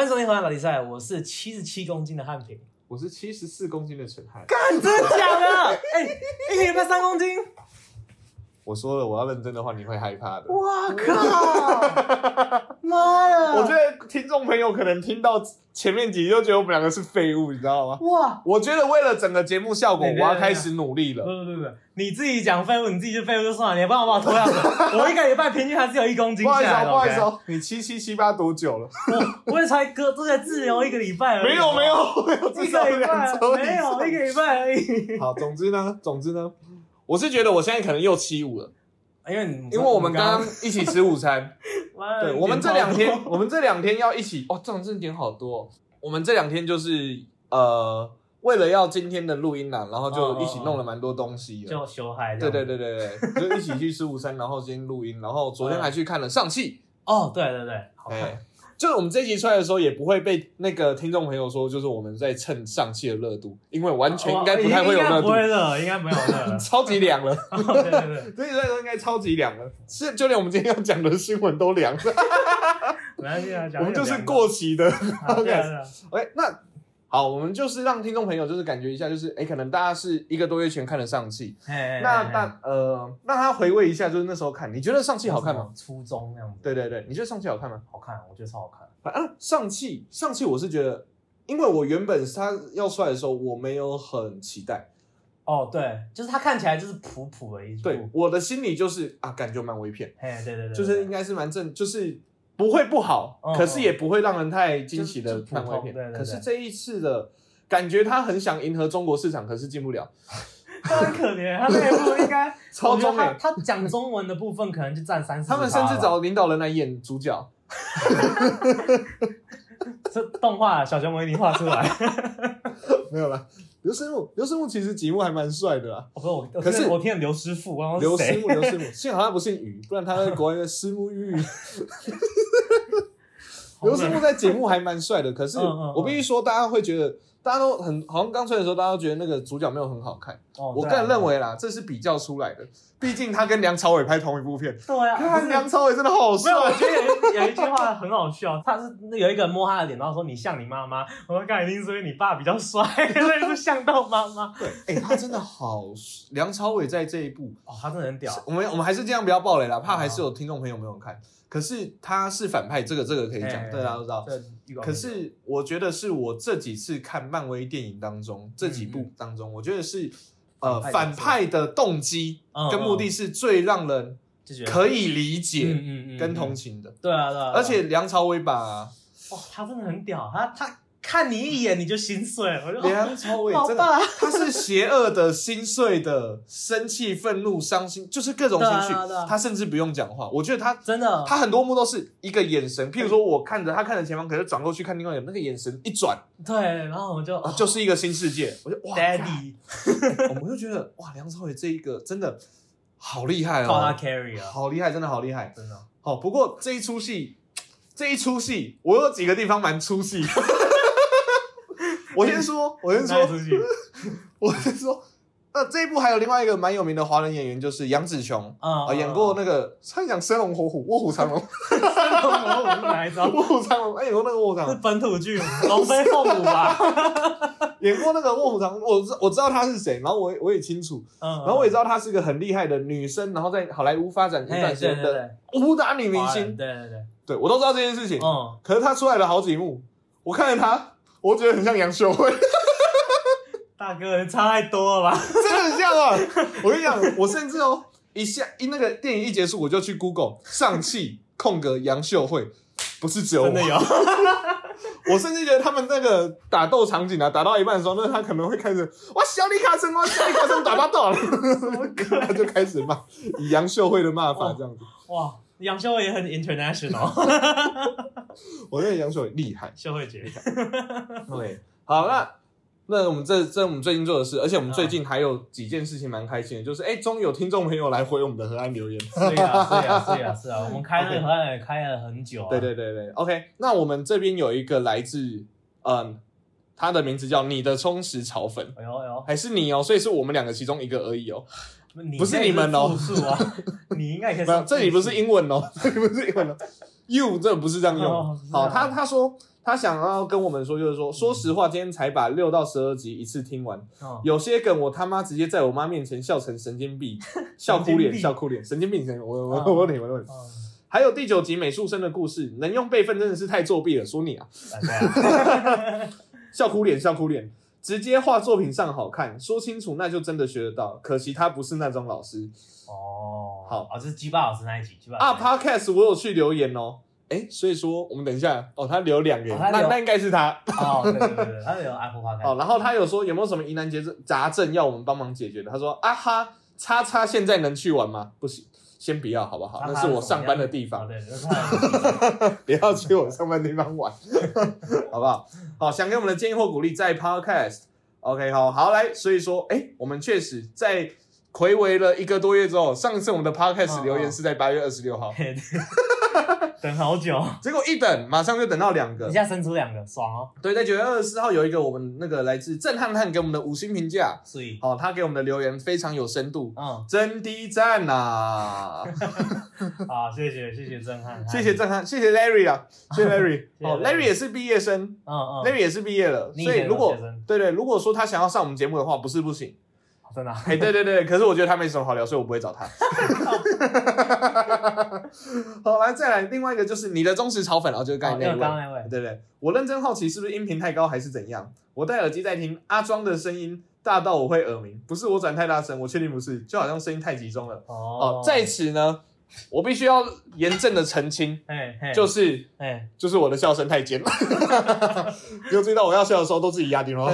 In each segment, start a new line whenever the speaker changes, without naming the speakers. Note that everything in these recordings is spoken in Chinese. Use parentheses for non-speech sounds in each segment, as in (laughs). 迎收听《河岸拉力赛》，我是七十七公斤的汉平。
我是七十四公斤的陈汉，
干，真的假
(laughs)
的？哎、一个礼拜三公斤，
我说了我要认真的话，你会害怕的。
哇靠！妈的！
我觉得听众朋友可能听到前面几集就觉得我们两个是废物，你知道吗？
哇，
我觉得为了整个节目效果，
对
我
对对
要开始努力
不
了。
不不不，你自己讲废物，你自己就废物就算了，你还帮我把我拖下
(laughs)
水。我一个礼拜平均还是有一公斤
不好
下
意
来的。
思哦，不好意
OK
思哦，你七七七八多久了？
我也才隔都才自由一个礼拜而已。
哦没有没，有 (laughs) 没有，至
哎一
少
个礼
两周
拜
以
没
上
有一个礼拜而已。
好，总之呢，总之呢，我是觉得我现在可能又七五了，
因为你
因为我们刚刚一起吃午餐，
刚
对我们这两天， (laughs) 我们这两天要一起哦，这种真的点好多、哦。我们这两天就是呃，为了要今天的录音啦，然后就一起弄了蛮多东西的。
就修嗨。
对对对对对，就一起去吃午餐，然后今天录音，然后昨天还去看了上戏。
哦，对对对，好看。
哎，就是我们这集出来的时候，也不会被那个听众朋友说，就是我们在蹭上戏的热度，因为完哦全应该不太会有
哦应该
热
不
度，。
会热，应该没有热了
(laughs) 超级凉了。
对对对，
所以来说应该超级凉了，是就连我们今天要讲的新闻都凉了，
没关系啊，
我
讲
们就是过期的。
啊
(laughs)
对啊对啊
哎、那好，我们就是让听众朋友就是感觉一下，就是哎、可能大家是一个多月前看的上汽，
嘿嘿嘿
那
嘿
那呃，让他回味一下，就是那时候看，你觉得上汽好看吗？？
初中那样子，
对对对，你觉得上汽好看吗？
好看，我觉得超好看。
啊，上汽上汽，我是觉得，因为我原本他要出来的时候，我没有很期待，
哦，对，就是它看起来就是普普的一部，
对，我的心里就是啊，感觉漫威片，
嘿，对嗯对对，
就是应该是蛮正，就是不会不好，
嗯
可是也不会让人太惊喜
就
的
就普通
漫威片。
对对对
可是这一次的感觉，他很想迎合中国市场，可是进不了，
他很可怜，他那一部应
(laughs)
该
超中
他
哎、
他讲中文的部分可能就占三十，
他们甚至找领导人来演主角，
这动画小熊维尼画出来， (laughs)
没有啦。刘师傅，刘师傅其实吉木还蛮帅的啦。
我说我，我
可是
听我听了刘师傅，然后
刘师
哦谁？
傅，刘师傅，幸好他不姓于，不然他在国外的师母玉。刘师傅在节目还蛮帅的，可是
嗯嗯嗯
我必须说，大家会觉得，大家都很好像刚出来的时候，大家都觉得那个主角没有很好看。
哦，
我
对啊
个人认，为啦，这是比较出来的，毕竟他跟梁朝伟拍同一
(laughs)
部片，
对啊，不
看
是
梁朝伟真的好
没有，我
帅，
觉得有一有一句话很好笑，他是有一个人摸他的脸，然后说你像你妈妈。我说刚一定是因为你爸比较帅， (laughs) 所以是像到妈妈。
对，哎、他真的好帅，梁朝伟在这一部，
哦，他真的很屌。
我们我们还是这样不要暴
啊
雷啦，怕还是有听众朋友没有看，可是他是反派，这个这个可以
哎
讲，对大家啊都知道。
这预告
可是我觉得是我这几次看漫威电影当中，这几部当中，我觉得是呃
嗯反
反
派
派的动机跟目的是最让人
嗯就觉得
可以理解
嗯嗯嗯
跟同情的，
对啊对啊，对啊
而且梁朝
(laughs)
伟把
哇，他真的很屌，他他看你一眼你就心碎，我就哦
梁朝伟
好
真的，
棒，
(laughs) 他是邪恶的、心碎的、生气、愤怒、伤心，就是各种情
对啊
绪
对啊对啊。
他甚至不用讲话，我觉得他
(laughs) 真的
他很多幕都是一个眼神，譬如说我看着他看着前方，可是转过去看另外一个，那个眼神一转，
对，然后我就
啊，就是一个新世界。我就哇
哦 daddy
我们就觉得哇，梁朝伟这一个真的好厉害
靠他
哦，
carry 啊，
好厉害，真的好厉害。
真的
好，不过这一出戏，这一出戏，我有几个地方蛮出戏。 (laughs) 我先说，我先说
带，出去嗯
我是说，那这一部还有另外一个蛮有名的华人演员，就是杨紫琼
啊
啊，演过那个他讲《生龙活虎》《卧虎藏龙》
那 (laughs) 我哪一招
(laughs) 《卧虎藏龙》，哎，演过那个《卧虎藏
是
龙
本土剧《龙飞凤舞》
(laughs)
吧？》，嗯
演过那个《卧虎藏龙》，我知我知道他是谁，然后我也我也清楚，
嗯，
然后我也知道她是个很厉害的女生，然后在好莱坞发展一
哎，
段时
对
间
对
的
对，
武打女明
华人
星，
对对对，
对我都知道这件事情。
嗯，
可是她出来了好几幕，我看着她，我觉得很像杨
(laughs)
秀慧。
大哥差太多了吧？
真的很像啊！我跟你讲，我甚至哦，一下一那个电影一结束，我就去 Google 上汽空格杨秀慧，不是只有我
真，的有，
我甚至觉得他们那个打斗场景啊，打到一半的时候，那他可能会开始哇小李卡森，哇小李卡森打巴到了，他就开始骂以杨秀慧的骂法这样子。
哇，杨秀慧也很 international，
(laughs) 我觉得杨秀慧厉害。
秀慧姐，
OK，好那。那我们这这我们最近做的事，而且我们最近还有几件事情蛮开心的，就是哎，终于有听众朋友来回我们的河岸留言，
是啊是啊是啊是啊，我们开那个河岸也开了很久啊，
对对对对，OK。那我们这边有一个来自，嗯，他的名字叫你的充实炒粉，
哎呦哎呦，
还是你哦，所以是我们两个其中一个而已哦。
你
不是你们哦
那个是复数啊，你应该也可以 (laughs)
没有，
说 (laughs)
这里不是英文哦，这里不是英文哦。 you 真的不是这样用。
哦是这
好，
样嗯
他他说他想要跟我们说，就是说，说实话，今天才把六到十二集一次听完，
哦
有些梗我他妈直接在我妈面前笑成神
(laughs)
经病，笑哭
神经
脸，
病
笑哭脸，神经病，神经病我我
哦
我问你，我问 (laughs) 你，
哦
还有第九集美术生的故事，能用备份真的是太作弊了，说你啊，
啊对啊
笑哭脸，笑哭脸。直接画作品上好看，说清楚那就真的学得到。可惜他不是那种老师
哦，
好
哦，这是鸡巴老师那一集，鸡巴
(laughs) 啊。
老师
Podcast 我有去留言哦，哎，所以说我们等一下哦，他留两个，
哦他留
那那应该是他
哦，对对对对，他有 Apple p o d c
哦。然后他有说有没有什么疑难结症杂症要我们帮忙解决的？他说啊哈，叉叉现在能去玩吗？不行，先不要好不好？那是我上班的地方，
哦对，那是他的地方
不要去我上班地方玩， (laughs) 好不好？好，想给我们的建议或鼓励在 Podcast。OK，好好来，所以说，哎，我们确实在回违了一个多月之后，上次我们的 Podcast
嗯
留言
嗯
是在八月二十六号，
嘿对等好
(laughs)
久，
结果一等马上就等到两个
一，下生出两个，爽哦，
对，在九月二十四号有一个我们那个来自震撼汉给我们的五星评价，
所以，
哦，他给我们的留言非常有深度，
嗯，
真滴
(laughs)
赞呐！
好，谢谢谢谢震撼，
谢谢，震撼，谢谢 Larry 啊，谢谢
(laughs)
Larry，
谢谢
哦
Larry
，Larry 也是毕业生
嗯嗯，
，Larry 也是毕业了，
你
所以
也有
如果
学生
对对，如果说他想要上我们节目的话，不是不行，
真的啊，
哎，对对
(laughs)
对，可是我觉得他没什么好聊，所以我不会找他。 (laughs) 好，来再来另外一个就是你的忠实炒粉，然后就是刚才
哦
那
刚
一位
刚。那位，
对不对？我认真好奇是不是音频太高还是怎样？我戴耳机在听阿庄的声音大到我会耳鸣，不是我转太大声，我确定不是，就好像声音太集中了。哦，在此呢，我必须要严正的
(laughs)
澄清，
嘿嘿，
就是
哎，
就是我的笑声太尖了。有注意到我要笑的时候都自己压低了。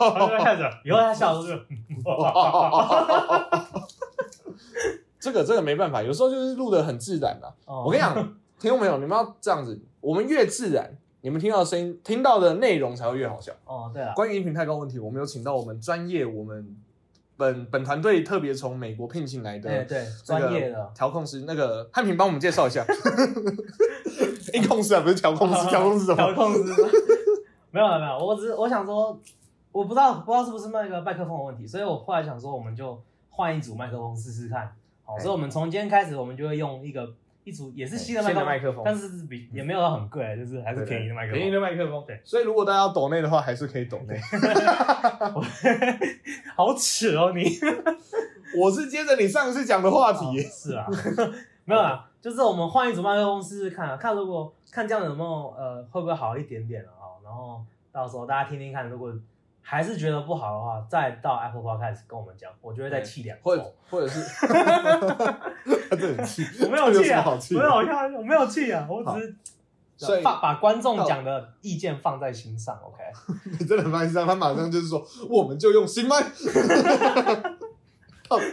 他就看着，以后他笑的时候就，
(laughs) 这个这个没办法，有时候就是录的很自然啦、我
我
跟你，讲，听众朋友，你们要这样子，我们越自然，你们听到的声音、听到的内容才会越好笑。
哦，对了，
关于音频太高问题，我们有请到我们专业，我们本本团队特别从美国聘请来
哎
的
对，
这个
专业的，
调控师，那个汉平帮我们介绍一下。 (laughs) 音控师啊，不是调控
(laughs)
师，调控师什
调
么？
控师，没有没有，我只是我想说，我不知道不知道是不是那个麦克风的问题，所以我后来想说，我们就换一组麦克风试试看。好，
哎
所以我们从今天开始，我们就会用一个一组也是新的麦
新
克
的
风，
麦克风
但是是比也没有到很贵，就是还是便宜的麦克风。
便宜的麦克风。
对，
所以如果大家要抖内的话，还是可以抖内。
好耻哦你！
我是接着你上次讲的话
哦
题，
是
(laughs)
啊，没有啦，就是我们换一组麦克风试试看、啊，看如果看这样有没有呃会不会好一点点了啊、然后到时候大家听听看，如果还是觉得不好的话，再到 Apple Podcast 跟我们讲，我就会
哎
再气两波。
或者或者 (laughs) 是，他真的很气，
我没有气啊，
好气的
没有呀，我没有气啊，我只
所
是
以
把把观众讲的意见放在心上，OK？
你真的很心上，他马上就是说，我们就用
(laughs)
新麦。到底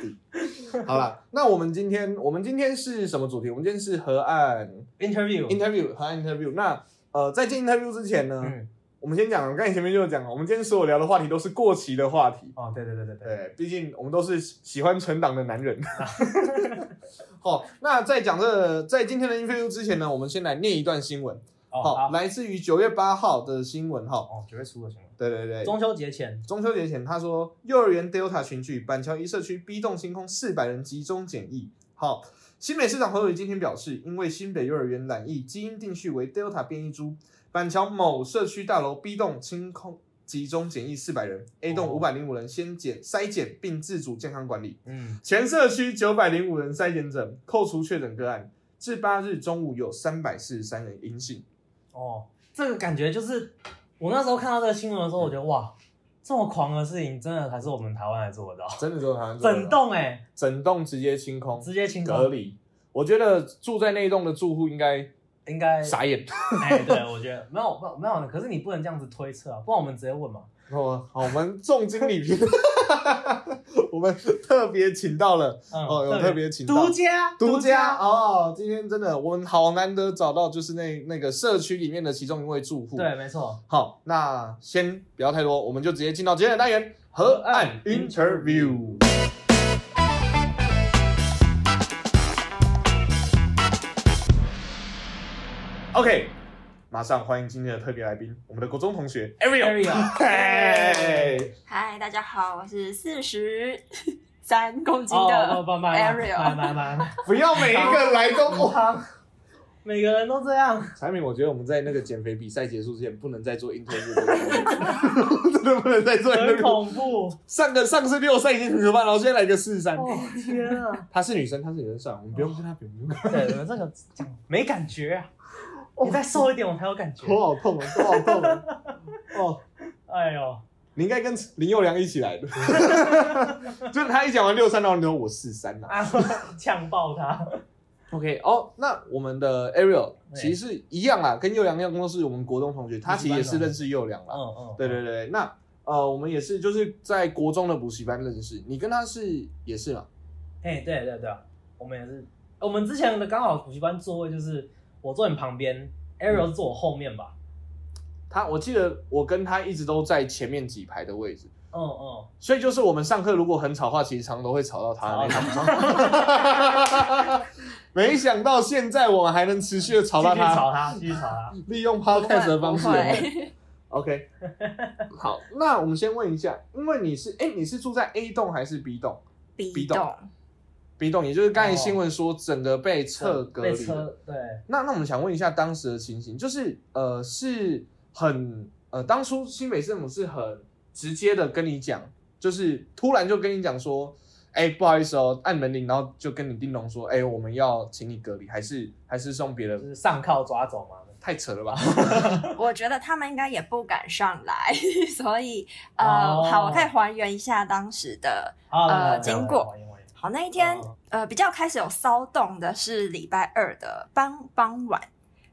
好了，那我们今天我们今天是什么主题？我们今天是河岸
Interview，
interview，河岸 interview。那呃，在进 interview 之前呢，
嗯，
我们先讲，我刚才前面就有讲了，我们今天所有聊的话题都是过期的话题。
哦，对对对对对，
对，毕竟我们都是喜欢存档的
(laughs)
男人。好，那在讲这个在今天的 interview 之前呢，我们先来念一段新闻。
哦
好，
好，
来自于九月八号的新闻。哈，
哦，九月初的新闻，
对对对，
中秋节前，
中秋节前，他说幼儿园 Delta 群聚，板桥一社区 B 栋星空四百人集中检疫。好，新北市长侯友宜今天表示，因为新北幼儿园染疫基因定序为 Delta 变异株，板桥某社区大楼 B 栋清空集中检疫四百人，A 栋五
哦
百零五人先检筛检并自主健康管理，
嗯，
全社区九百零五人筛检者，扣除确诊个案，至八日中午有三百四十三人阴性。
哦，这个感觉就是我那时候看到这个新闻的时候，我觉得哇，这么狂的事情，真的还是我们台湾来做得到，
真的就台湾
整栋哎，
整栋直接清空，
直接清
隔
空，
离。我觉得住在那一栋的住户应该
应该，
傻眼。
哎，对我觉得没有没有没有，可是你不能这样子推测啊，不然我们直接问嘛，
哦，好，我们重金礼聘， (laughs) 我们特别请到了
嗯，
哦，有特别请到
独家
独家，哦，今天真的我们好难得找到，就是那那个社区里面的其中一位住户。，
对，没错。
好，那先不要太多，我们就直接进到今天的单元——河岸 interview。OK，马上欢迎今天的特别来宾，我们的国中同学 Ariel。
Ariel，
嘿，
嗨，大家好，我是四十 (laughs) 三公斤
哦，
的。
不不不，买买买买买，
不要每一个来都
汤每个人都这样。
产品，我觉得我们在那个减肥比赛结束之前，不能再做 interview，这个活动 (laughs) 真的不能再做
很
interview。
恐怖！
(laughs) 上个上次六赛已经很可怕，然后现在来个四三，
哦天啊！
她是女生，她是女生算，我们不用跟她比，我们不用跟她
对，我这个没感觉啊，你再瘦一点我才有感觉
比。 (laughs) 头好痛啊，头好痛啊！哦，
哎呦，
(laughs) 你应该跟林佑良一起 (laughs) 来的，就是他一讲完六三，然后你说我四三啦。
啊， (laughs) 呛爆他！
OK，哦，那我们的 Ariel
对
其实是一样啊，跟佑良一样，都是我们国中同学，他其实也是认识佑良啦。
嗯嗯，
对对对，那呃，我们也是就是在国中的补习班认识，你跟他是也是嘛？
哎，对对对，我们也是，哎我们之前的刚好补习班座位就是我坐你旁边，Ariel 坐我后面吧。
他我记得我跟他一直都在前面几排的位置，
嗯嗯，
所以就是我们上课如果很吵的话，其实常常都会吵到他的那种。 (laughs) 没想到现在我们还能持续的吵
继
到
续
他，
吵他，继续吵他。
利用
不
podcast
会
的方
不
式有没有。
会，
OK，好，那我们先问一下，因为你是哎，你是住在 A 栋还是 B 栋
鼻
鼻洞
洞
？B 栋，也就是刚才新闻说整个被侧隔
被
离的。
车对，
那那我们想问一下当时的情形，就是呃是很呃当初新北政府是很直接的跟你讲，就是突然就跟你讲说，哎、不好意思哦，按门铃，然后就跟你叮咚说，哎、我们要请你隔离，还是还是送别
就
人？
是上铐抓走嘛。
太扯了吧！
我觉得他们应该也不敢上来， (laughs) 所以呃，
哦
好，我可以还原一下当时的。
好，
呃
来来来
经过
来来来
好，那一天、
哦
呃比较开始有骚动的是礼拜二的傍傍晚，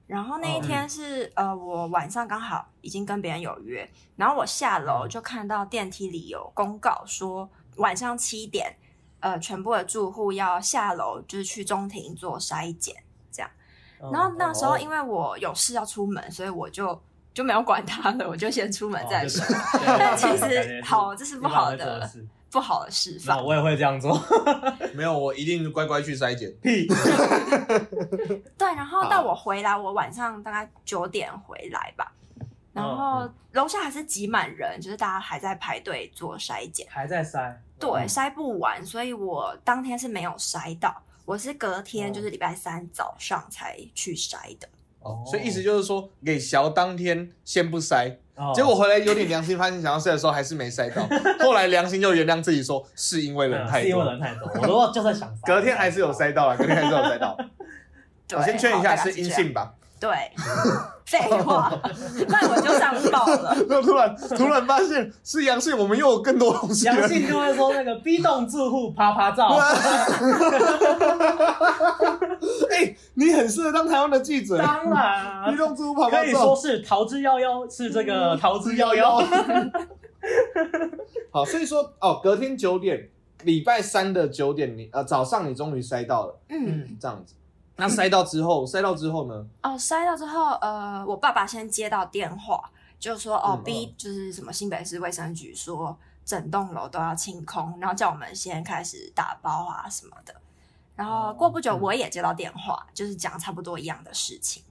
然后那一
嗯
天是、呃我晚上刚好已经跟别人有约，然后我下楼
嗯
就看到电梯里有公告说晚上七点，呃全部的住户要下楼就是去中庭做筛检。
嗯
然后那时候
哦
因为我有事要出门，所以我就就没有管他了，我就先出门再说。
哦就
但 (laughs) 其
感觉
实
是
好，这是不好的
事。
不好的示
那
范。
我也会这样做，
(laughs)
(laughs)
没有，我一定乖乖去筛检。
屁！
对，然后
好
到我回来，我晚上大概九点回来吧，然后楼下还是挤满人，就是大家还在排队做筛检，
还在塞。
对，
嗯
筛不完，所以我当天是没有筛到，我是隔天
哦
就是礼拜三早上才去筛的，
哦
哦，
所以意思就是说，给小当天先不筛，
哦
结果回来有点良心，发现想要筛的时候还是没筛到，后来良心就原谅自己说，是因为
嗯
人太
是因
多
为。人太多，我都就是想塞。
隔天还是有塞到了，啊隔天还是有塞到。
对，
我哦先确认一
好
下
大概
是
是
阴
这样
性吧。 (laughs)
对， (laughs) 废话， (laughs) 那我就上报了。
就突然突然发现是阳性，我们又有更多东
(laughs)
西了。
阳性就会说那 (laughs) 个 B 栋住户啪啪照，
(laughs) 哎、你很适合当台湾的记者，
当然啊
你，用猪跑跑
可以说是逃之夭夭，是这个逃之夭夭。
夭。 (laughs) 好，所以说哦，隔天九点，礼拜三的九点，你呃早上你终于塞到了，
嗯，
嗯，
这样子。那塞到之后，塞到之后呢？
哦，筛到之后，呃，我爸爸先接到电话，就说哦、
嗯
b 就是什么新北市卫生局说整栋楼都要清空，然后叫我们先开始打包啊什么的。然后过不久
嗯
我也接到电话，就是讲差不多一样的事情。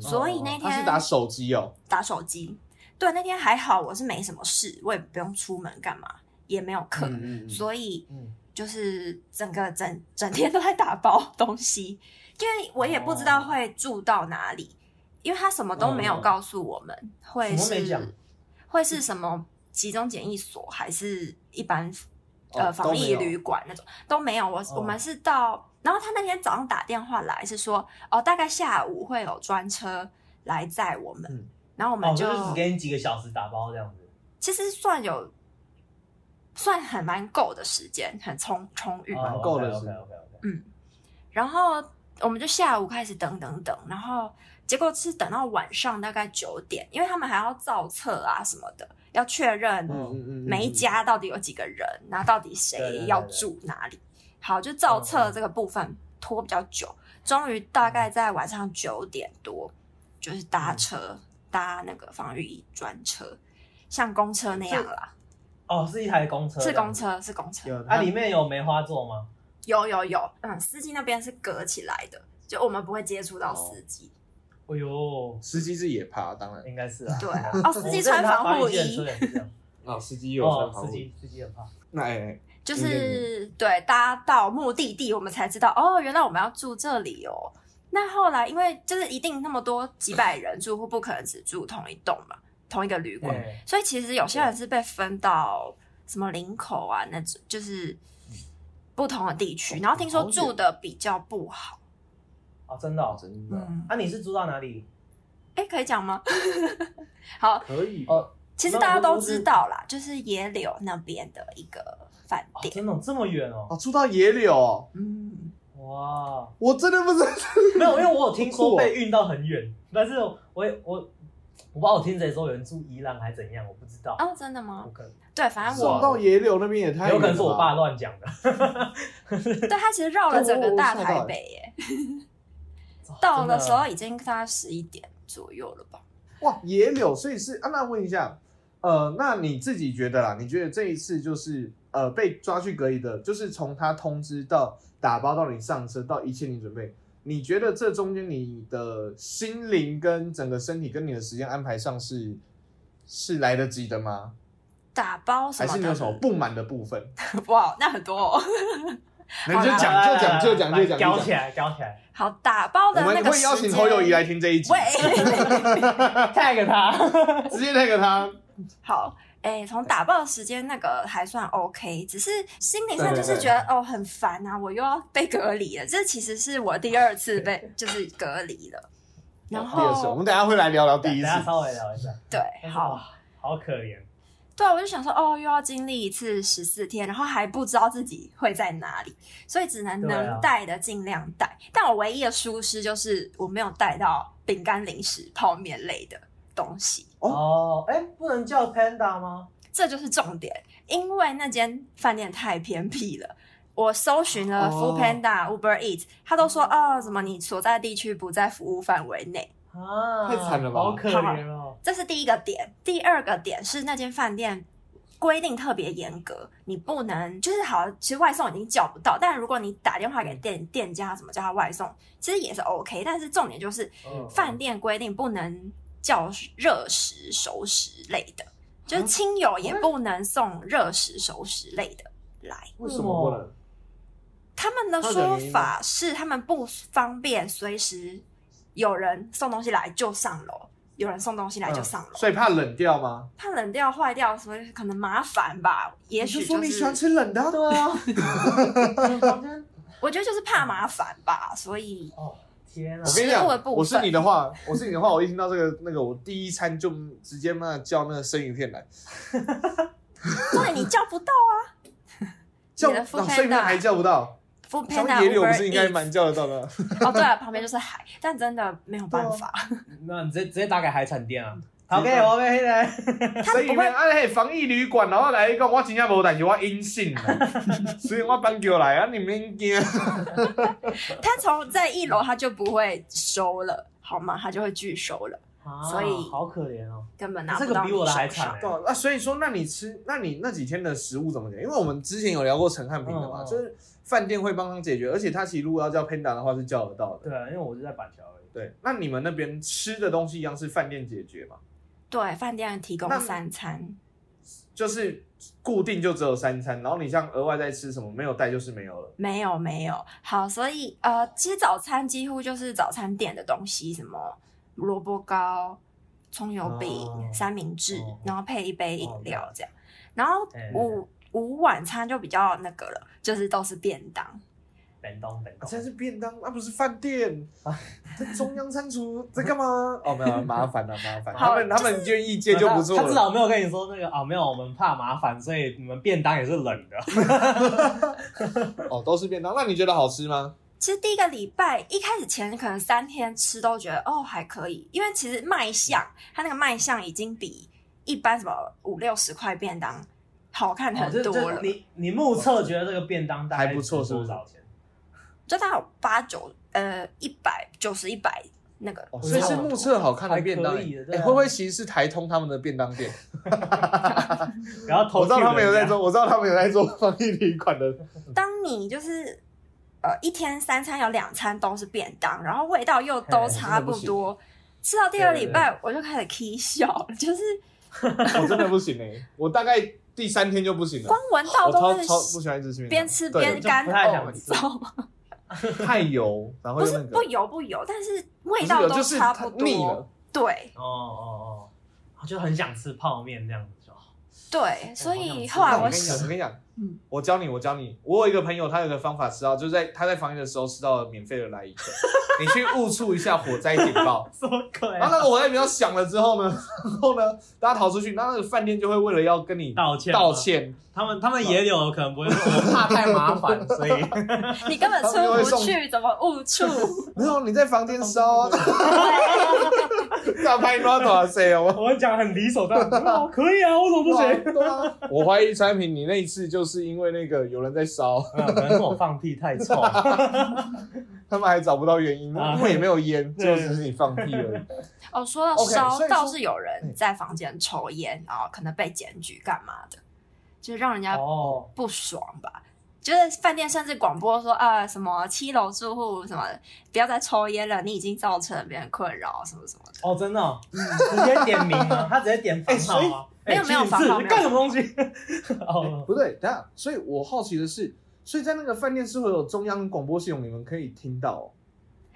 所以那
嗯他
天
是打手机哦，
打手机，对，那天还好，我是没什么事，我也不用出门干嘛，也没有课，
嗯
所以
嗯
就是整个整整天都在打包东西， (laughs) 因为我也不知
哦
道会住到哪里，因为他什么都没有告诉我们，会
哦什么都没
是
讲
会是什么集中检疫所还是一般
哦
呃
都
防
没
疫
有
旅馆那种都没有。我、
哦
我们是到，然后他那天早上打电话来是说，哦，大概下午会有专车来载我们，
嗯
然后我
哦，
们
就
就、
是只给你几个小时打包这样子。
其实算有算很蛮够的时间，很充充
嗯
裕。
哦
蛮够的
，OK OK OK。
然后我们就下午开始等等等，然后结果是等到晚上大概九点，因为他们还要造册啊什么的，要确认
嗯嗯嗯，
每一家到底有几个人，然后到底
对对
谁
对
要住哪里。好，就造册这个部分拖比较久，终于大概在晚上九点多，就是搭车搭那个防御专车，像公车那样啦，
哦，是一台公车，
是公。车，是公车，嗯
有
啊，里面有梅花座吗？
有有有，嗯，司机那边是隔起来的，就我们不会接触到司机。
哎呦，
司机是也怕，当然
应该是啊。
对
(laughs)
啊，哦，司机穿
我
防护
之前搭，巴
衣
黎计程车也是 (laughs) 这样
啊，司机
哦，司机司机很怕。
那哎哎
就是对，搭到目的地我们才知道，哦，原来我们要住这里哦。那后来因为就是一定那么多几百人住户，不可能只住同一栋嘛，同一个旅馆，
对，
所以其实有些人是被分到什么林口啊，那种就是不同的地区。然后听说住的比较不好，
哦，真的哦，
真的
嗯，
啊，你是住到哪里？
哎、可以讲吗？ (laughs) 好，
可以
哦
其实大家都知道啦，就是野柳那边的一个饭
哦，
店，
真的哦这么远哦？
哦，住到野柳哦，
嗯，
哇，
我真的不知道。
(laughs) 没有，因为我有听
好酷
说
哦
被运到很
(laughs)
远，但是我我我我不知道我听谁说有人住宜兰还怎样，我不知道，
哦，真的吗
有？可能
对，反正
送
啊我
是
到野柳那边也太远
有
了吧
可能是我爸乱讲的，
(laughs) 对他其实绕了整个
哦
大台北耶， (laughs) 到
啊
的时候已经大概十一点左右了吧。
哇野柳，所以是啊，那问一下，呃，那你自己觉得啦？你觉得这一次就是呃被抓去隔离的，就是从他通知到打包到你上车到一切你准备，你觉得这中间你的心灵跟整个身体跟你的时间安排上是是来得及的吗？
打包什
还是
么
你有什么
的，
不满的部分？
(laughs) 哇，那很多、哦。
能就
好啦
讲就讲就讲就讲就
搞
讲
起。哎来，搞起来
好，打包
我
的那
们
个
会
时
邀请
间
侯友谊来听这一集，
喂，
(laughs) ，tag 他，
直接那个他，
好，哎、从打爆的时间那个还算 OK，只是心灵上
对对
就是
对
觉得哦很烦啊，我又要被隔离了。这其实是我第二次被就是隔离了，然
哦第二次，我
后
们等一下会来聊聊
等
第
一
一次。
下稍微聊一下，
对，
但是
好，
哇，好可怜，
对啊，我就想说哦，又要经历一次十四天，然后还不知道自己会在哪里，所以只能
对啊
能带的尽量带。但我唯一的疏失就是我没有带到饼干、零食、泡面类的东西。
哦，哎，不能叫 Panda 吗？
这就是重点，因为那间饭店太偏僻了。我搜寻了
哦
Food Panda、Uber Eats，他都说哦，什么你所在地区不在服务范围内，
啊，
太惨了吧
好可怜哦，
这是第一个点。第二个点是那间饭店规定特别严格，你不能就是好，其实外送已经叫不到，但如果你打电话给店店家什么叫他外送，其实也是 OK。但是重点就是
嗯
饭店规定不能叫热食、熟食类的，就是亲友也不能送热食、熟食类的来。
为什么不能？
他们的
他有
说
讲原因
法是，他们不方便随时有人送东西来就上楼，有人送东西来就上楼，
所以怕冷掉吗？
怕冷掉、坏掉，所以可能麻烦吧。也许
你就说你喜欢
是，
吃冷的啊，
对啊，你房间
我觉得就是
嗯
怕麻烦吧，所以
哦，天啊
我，跟你
(laughs) 食
讲
物的，部分
我是你的话，我是你的话，我一听到这个那个，我第一餐就直接嘛叫那个生鱼片来，
重点你叫
(laughs)
不到
叫
你的
哦
Food
生鱼片
Panda
还叫不到，
Food
像
Panda
野柳不
Uber
是应该蛮
Eats。
叫得到的？
哦，对了，旁边就是海，但真的没有办法。
那你直接直接打给海产店啊
直接打
我们黑人。
生鱼片啊，嘿，防疫旅馆，然后来讲，我真正无代志，我阴性啦，
(laughs)
所以我搬叫来啊，你们惊。啊
他从在一楼他就不会收了，好吗？他就会拒收了，
啊
所以
好可怜哦。
根本拿
这
不
个
到
比
你手
我的还
上
惨
对啊，啊所以说，那你吃，那你那几天的食物怎么解决？因为我们之前有聊过陈汉平的嘛，
嗯嗯
就是饭店会帮他解决，而且他其实如果要叫 Panda 的话是叫得到的。
对啊，因为我是在板桥而已。
对，那你们那边吃的东西一样是饭店解决嘛？
对，饭店提供
那
三餐，
就是固定就只有三餐，然后你像额外再吃什么没有带就是没有了。
没有没有。好，所以呃，其实早餐几乎就是早餐店的东西，什么萝卜糕、葱油饼、
哦
三明治，
哦
然后配一杯饮
哦
料这样。然后
哎
午午晚餐就比较那个了，就是都是便当。
本东本
啊
东
现在是便当，那、不是饭店。
啊
(laughs) 在中央餐厨在干嘛？哦，没有，麻烦了、
(laughs)
麻烦。他
好
们他们愿意接就不错
他
了。
至少没有跟你说那个啊，没有，我们怕麻烦，所以你们便当也是冷的。
哦，都是便当。那你觉得好吃吗？
其实第一个礼拜一开始前可能三天吃都觉得哦还可以，因为其实卖相它那个卖相已经比一般什么五六十块便当好看很
就
多
就
了。
你你目测觉得这个便当大概
还不错
值
是不
多
是
少钱？
就大概有八九呃一百九十一百那个，
哦，所以是目测好看的便当、
还可以
欸
的对啊
欸会不会其实是台通他们的便当店？
然后
我
投
知道他们有在
做，
做，我知道他们有在做防疫旅馆的。
当你就是呃一天三餐有两餐都是便当，然后味道又都差不多，吃到第二礼拜我就开始 k 笑了，就是
我真的不行哎、我大概第三天就不行了
光。闻
哦
到
我超
都
超不
是
喜欢吃便当，
边吃
对
边干
就不太想
呕，
(laughs)
你
吃
知道吗？
太油，然后
不
又
是
那
不
个
油不油，但是味
不是
道
油
都
就是
差不
它腻
多
了。
对
哦哦哦，就很想吃泡面这样子就好。
对，所
哦
好想
以
吃
后来
那我
我
跟你讲，我
喜
跟你讲，
嗯
我教你，我教你。我有一个朋友，他有个方法吃到，就是在他在防疫的时候吃到了免费的来一个。你去误触一下火灾警报，
什么鬼、
然后
啊？
那个火灾警报响了之后呢，然后呢，大家逃出去，那那个饭店就会为了要跟你
道歉吗
道歉，
他们他们也有可能不会说，我怕太麻烦，所以
你根本
他们就会
出不
送
去，怎么误触？
没有你在房间烧啊，大拍多少谁啊？ (laughs) 我
我会讲很理所当 (laughs) 然。哦可以啊，我怎么不行？
对啊，我怀疑产品，你那一次就是因为那个有人在烧，
没有可能是我放屁太
(laughs)
臭。
他们还找不到原因，
啊
因为也没有烟，
对
就只是你放屁而已。
哦，说到
OK，
烧
所以说
倒是有人
嗯
在房间抽烟，然后可能被检举干嘛的，就让人家
哦，
不爽吧。就是饭店甚至广播说啊、什么七楼住户什么的不要再抽烟了，你已经造成别人困扰，什么什么的。
哦，真的、哦，直接点名啊，他直接点房号啊，
哎所以没有
哎
没有
去
房号
你
没有
是干什么东西？
欸
哦，
不对，等一下，所以我好奇的是，所以在那个饭店是会有中央广播系统，你们可以听到、哦。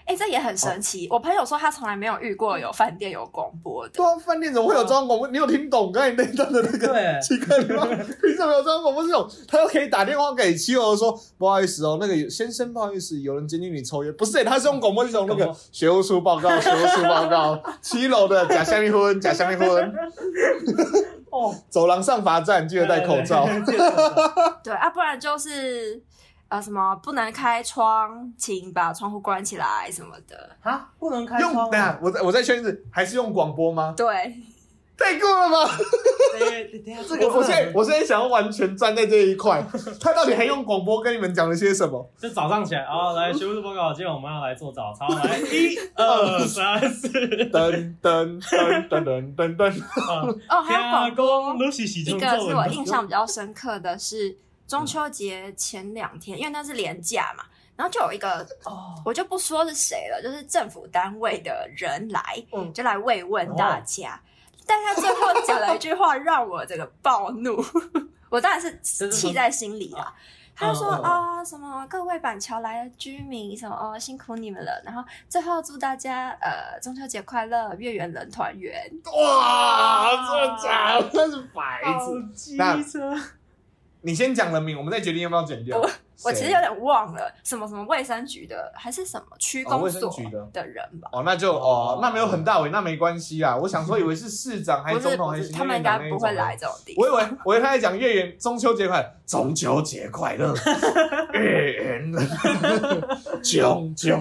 哎、这也很神奇。我朋友说他从来没有遇过有饭店有广播的
对。啊，饭店怎么会有中央广播？你有听懂刚才那一段的那个
对，
奇怪的吗？凭什么有中央广播系统？他又可以打电话给七楼说，不好意思哦，那个有先生，不好意思，有人监听你抽烟。不是、欸，他是用广播系统那
(laughs) 广
个学务处报告，学务处报告，七楼的假香蜜婚，假香蜜婚，
(laughs) 哦，
(laughs) 走廊上罚站，记得戴口罩。
对，对对记得戴口罩
对啊，不然就是呃什么不能开窗，请把窗户关起来什么的。
啊，不能开
(laughs) 用
窗
等一
啊
下，！我再我再确认一次，还是用广播吗？
对，
太酷了吧！
对对对，这个
我我现
真的
在
很
我现在想要完全站在这一块，他到底还用广播跟你们讲了些
(laughs)
什么？
就早上起来，哦，来学术报告，今天我们要来做早
(laughs)
操，来一二三四，
噔噔噔噔噔噔噔，
啊
哦，还有广
公露西西
一个是我印象比较深刻的是中秋节前两天，因为那是连假嘛，然后就有一个
哦，
我就不说是谁了，就是政府单位的人来，
嗯
就来慰问大
哦
家。但他最后讲了一句话， (laughs) 让我整个暴怒。 (laughs) 我当然
这
是
是
气在心里啦。他就说
嗯嗯嗯
啊、什么各位板桥来的居民，什么哦，辛苦你们了。然后最后祝大家呃中秋节快乐，月圆人团圆。
哇，这假的，真是白痴！
机车
那你先讲人名，我们再决定要不要剪掉。
我其实
谁
有点忘了什么什么卫生局的还是什么区
哦
公
卫生
所
局的
的人吧，
哦，那就哦，那没有很大尾，那没关系啦。我想说，以为是市长还
不
是总
是
统
(laughs) 不
还
是，
是
他们应该不会来
的。
这种地
我以
方。
为我以为他在讲月圆，中秋节快乐，中秋节快
(laughs)
乐，月圆，炯炯。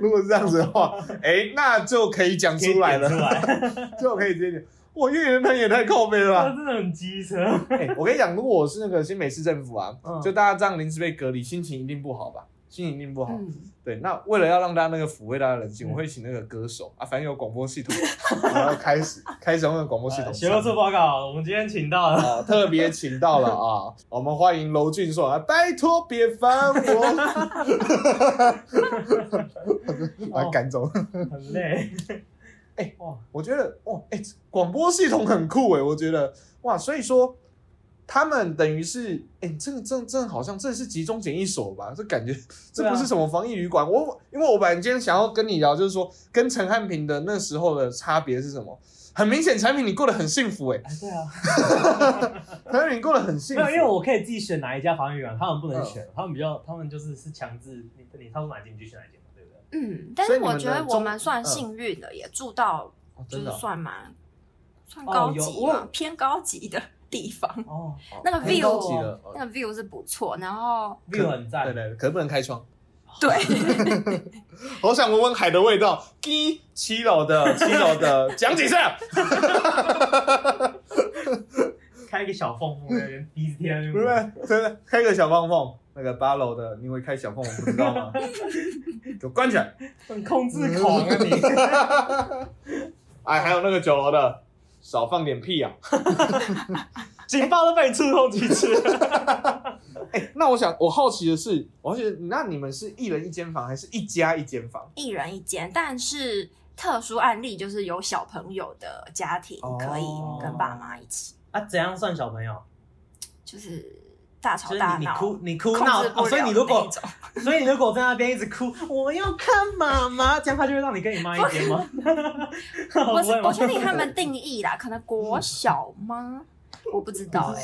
如果是这样子的 (laughs) 话，哎，那就可以讲出来了
出，来，
就可以直接讲。我月圆团也太靠背了吧
(laughs)
这。 (laughs) 真的很机车，
欸我跟你讲，如果我是那个新北市政府啊，
嗯
就大家这样临时被隔离，心情一定不好吧？心情一定不好。
嗯，
对，那为了要让大家那个抚慰大家人心，
嗯
我会请那个歌手啊，反正有广播系统，然后开始开始用那个广播系统。
学术报告，我们今天请到了，
啊，特别请到了啊，我们欢迎娄俊硕啊，拜托别烦我，把他啊赶走。
很累，
哎
(laughs) 哇，
我觉得哇，哎、广播系统很酷哎，我觉得哇，所以说他们等于是哎、这个这这好像这是集中检疫所吧？这感觉
啊
这不是什么防疫旅馆。我因为我本来今天想要跟你聊，就是说跟陈汉平的那时候的差别是什么？很明显，产品你过得很幸福哎、
哎对啊，
产品你过得很幸
没
福，
(laughs) 有，因为我可以自己选哪一家防疫员，他们不能选，
哦
他们比较，他们就是是强制你你掏出哪间你就选哪间嘛，对不对？
嗯，但
所
是
以你
我
们
觉
的
得我
中
们算
嗯
幸运的，也住到
哦
就
真
是
的哦、
算蛮算
哦
高
有
级
我
嘛，偏高级的地
(laughs)
方。
哦
那个
太哎高级哦
view
了哦
那个 view 是不错，然后
，view 很赞
对，对，对可不能开窗。
对，
(laughs) 好想闻闻海的味道。一七楼的，七楼的，讲几次？啊
开一个小缝缝在那边，鼻子贴
(laughs)
在那
不
边，
是，真的开个小缝缝。那个八楼的，你会开小缝，我不知道吗？给我关起来。
很控制狂啊
(laughs)
你。
哎，还有那个九楼的，少放点屁啊！
警报都被你触碰几次。 (laughs)
哎，那我想，我好奇的是，我好奇的，那你们是一人一间房，还是一家一间房？
一人一间，但是特殊案例就是有小朋友的
哦
家庭可以跟爸妈一起，
啊，怎样算小朋友？
就是大
就
吵
是
大
你你
闹，
哭你哭
控
闹、
制不
哦，
了
所
的
以
那
你
一
如
种。
果所以你如果在那边一直哭，我要看妈妈，这样他就会让你跟你妈一点吗？ (laughs)
我
我
是 (laughs) 我确定他们定义
(laughs)
啦，可能国小吗？我不知
嗯
道哎、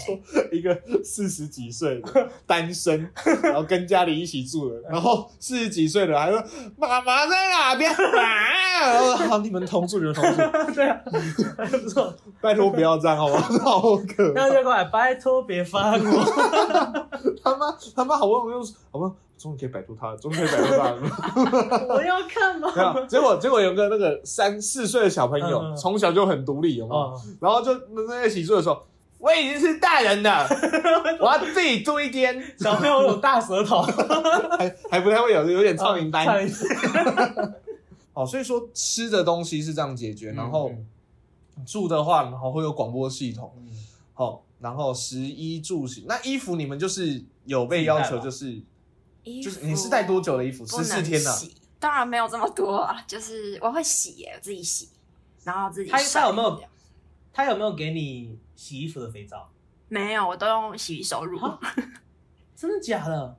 一个四十几岁的单身，然后跟家里一起住的，然后四十几岁的还说妈妈在哪边啊？然后好，你们同住，你们同住，
(laughs) 对啊，不错，
拜托不要这样好吗？好可怕
(laughs) 那就过来，拜托别发我。
他妈他妈好不容易，好不容易终于可以摆脱他了，终于可以摆脱他了。
我要看妈
(laughs) 没有，
妈。
结果结果有个那个三四岁的小朋
嗯
友，
嗯
从小就很独立，有没有？
哦，
然后就在一起住的时候，我已经是大人了，我要自己住一间，
小朋友有大舌头，
还还不太会有，有点超龄
唱
呆。
一次
哦，所以说吃的东西是这样解决， (laughs) 然后
嗯
住的话，然后会有广播系统，
嗯
好，然后食衣住行，那衣服你们就是有被要
自己带
求，
吧
就是
衣
就
服
是你是带多久的衣服？
不
十
能
四天啊呐。
洗，当然没有这么多啊， (laughs) 就是我会洗耶、我自己洗，然后自己
他
晒
他有没有他有没有给你洗衣服的肥皂？
没有，我都用洗手乳。
啊真的假的？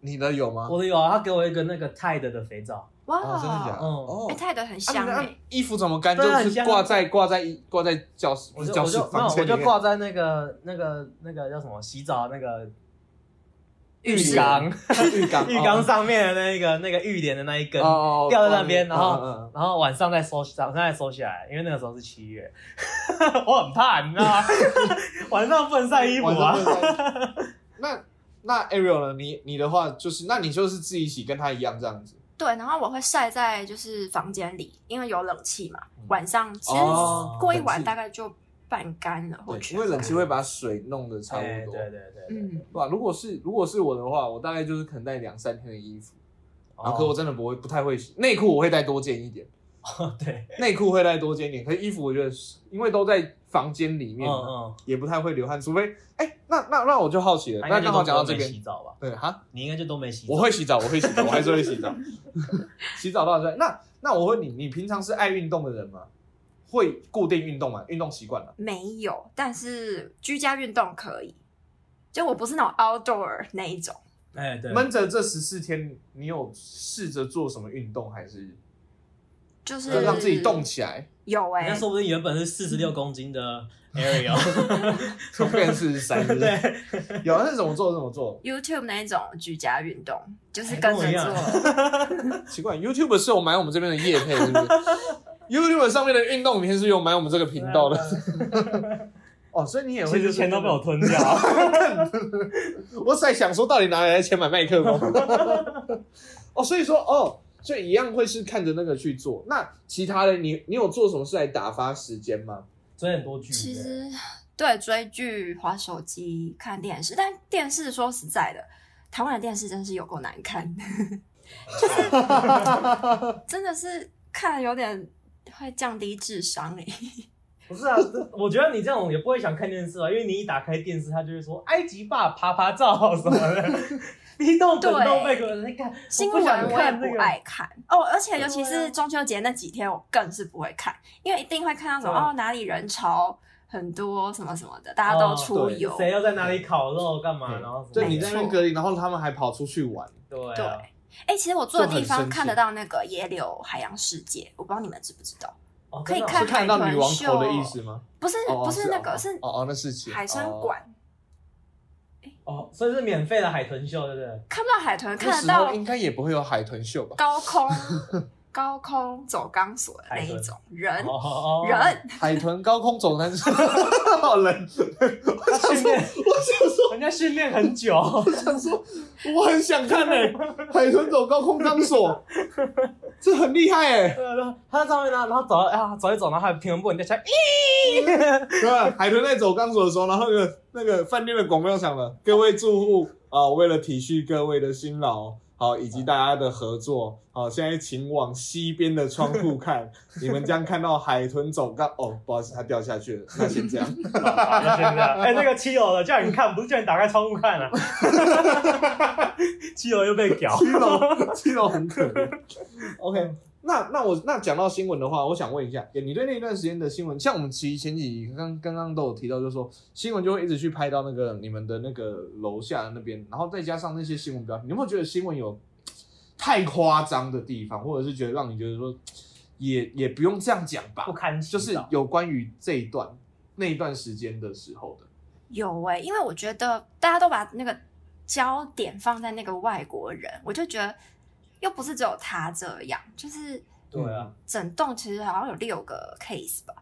你的有吗？
我的有啊，他给我一个那个泰德的肥皂，
哇、
哦，真的假的？
嗯
哦
哎，，泰德很
啊你
香
的
哎、
啊衣服怎么干？就
欸对啊很
是
香啊
挂在挂在衣挂在教室，不
我
是
就
教
我就没
室
有
房间
我
里
就
面。
挂在那个那个那个叫什么洗澡那个
浴
浴
室
缸
(laughs) 浴
(laughs)
缸
浴缸上面的那个那个浴帘的那一根， (laughs)
哦
掉在那边
嗯
然后
嗯嗯嗯
然后晚上再收，早上再收起来，因为那个时候是七月， (laughs) 我很怕，你知道吗？ (laughs) 晚上不能晒衣服
晚上
啊 (laughs)
会。在那那 Ariel 呢？你你的话就是，那你就是自己洗，跟他一样这样子。
对，然后我会晒在就是房间里，因为有冷气嘛。晚上其实
嗯哦
过一
冷
晚
气
大概就半干了，或
对，
全
因为冷气
干
会把水弄得差不
哎，对
多。
对对对，
嗯，
哇，如果是如果是我的话，我大概就是可能带两三天的衣服，然后可我真的不会不太会洗，内裤我会带多件一点，
哦 (laughs) 对，
内裤会带多件一点，可是衣服我觉得是因为都在房间里
嗯
面，
嗯，
也不太会流汗，除非哎、那那那我就好奇了，
他应
那
该就
刚好
都
讲到
都
这
没
边
洗，澡吧？
对哈，
你应该就都没洗澡。
我会洗澡，我会洗澡，我还是会洗
(laughs)
澡，洗澡到这。那那我问你，你平常是爱运动的人吗？会固定运动吗？运动习惯了？
没有，但是居家运动可以。就我不是那种 outdoor 那一种，
哎对，
闷着这十四天，你有试着做什么运动，还是
就是
让自己动起来？
有哎、
人家说不定原本是四十六公斤的 Ariel，
(laughs) 从变四十三，是不是
对，
(laughs) 有啊那是怎么做？怎么做？
YouTube 那一种居家运动，就是
哎
跟
跟我
着
一样 (laughs)
做。
奇怪，YouTube 是有买我们这边的叶配，是不是？YouTube 上面的运动影片是有买我们这个频道的 (laughs) 哦，所以你也
啊其
会就
实
是
钱都被 (laughs) 我吞
(laughs)
掉。
我在想说，到底哪来的钱买麦克风？哦，所以说哦，所以一样会是看着那个去做。那其他的，你你有做什么事来打发时间吗？
追很多剧，
其实对追剧、划手机、看电视，但电视说实在的，台湾的电视真是有够难看，就是 (laughs) 真的是看了有点会降低智商哎、
不是啊，这我觉得你这种也不会想看电视啊，因为你一打开电视，他就会说埃及爸爬爬照什么
(laughs)
的，你动不动被个人在看
新
我
闻
不想
我也
看这
不
个
爱看哦，而且尤
对
其
啊
是中秋节那几天，我更是不会看，因为一定会看到什么
对啊
哦哪里人潮很多什么什么的，大家都
哦
出
对
游，
谁又在哪里烤肉干嘛，
嗯
然后什么
就
的
你在那边隔离，然后他们还跑出去玩，
对
对
啊，
哎、其实我住的
就很
地方
生气
看得到那个野柳海洋世界，我不知道你们知不知道，
哦
可以
真的哦
看
是看得到女王头的意思吗？
不是、
哦，
不是那个
哦
是
哦哦，那是其
海参馆，
哦，所以是免费的海豚秀，对不对？
看不到海豚，
哦那
看得
时候
到
应该也不会有海豚秀吧？
高空
(laughs)
高空走钢索的那一种人
哦哦哦
人，
海豚高空走单车，好冷！我
他
想
训
说，
练， (laughs)
我想说，
人家训练很久，
我很想看哎、海豚走高空钢索，这很厉害哎、
对啊，对啊他在上面呢，然后走到啊走一走，然后他平衡不稳掉下来，咦，
对吧？海豚在走钢索的时候，然后那个那个饭店的广播又响了，各位住户啊、为了体恤各位的辛劳，好、以及大家的合作，好、现在请往西边的窗户看，你们将看到海豚走钢。哦，不好意思，它掉下去了，那先这样。
好现在哎，那个七楼的叫你看，不是叫你打开窗户看啊， (laughs) 七楼又被屌。
七楼，七楼很可怜。OK，那那我那讲到新闻的话，我想问一下，你对那一段时间的新闻，像我们其实前几刚刚刚都有提到，就是说新闻就会一直去拍到那个你们的那个楼下的那边，然后再加上那些新闻标题，你有没有觉得新闻有太夸张的地方，或者是觉得让你觉得说也也不用这样讲吧
不？堪其
就
扰
是有关于这一段那一段时间的时候的，
有哎、因为我觉得大家都把那个焦点放在那个外国人，我就觉得又不是只有他这样，就是
对啊，
整栋其实好像有六个 case 吧，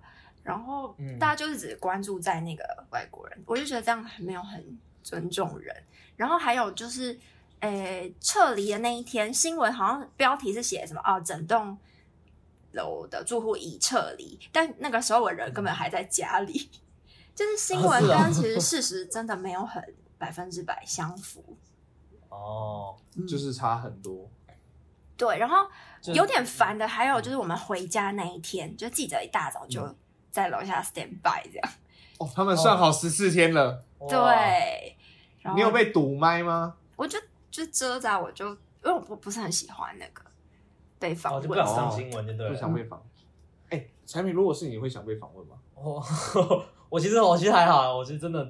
然后
嗯
大家就是只关注在那个外国人，我就觉得这样很没有很尊重人。然后还有就是，诶，撤离的那一天，新闻好像标题是写什么啊，整栋楼的住户已撤离，但那个时候我人根本还在家里，就是新
啊
闻
是啊
跟其实事实真的没有很百分之百相符，
哦，
嗯
就是差很多。
对，然后
就嗯
有点烦的还有就是我们回家那一天，就记者一大早就在楼下 stand by 这样。
哦，他们算好十四天了，
哇，
对，然后
你有被堵麦吗？
我就就遮着啊，我就因为我不不是很喜欢那个被访
哦，
问
就不想
的，
上新闻就对嗯
不
了。
想被访。哎、产品，如果是你会想被访问吗？
我哦 (laughs) 我其实我其实还好啊，我其实真的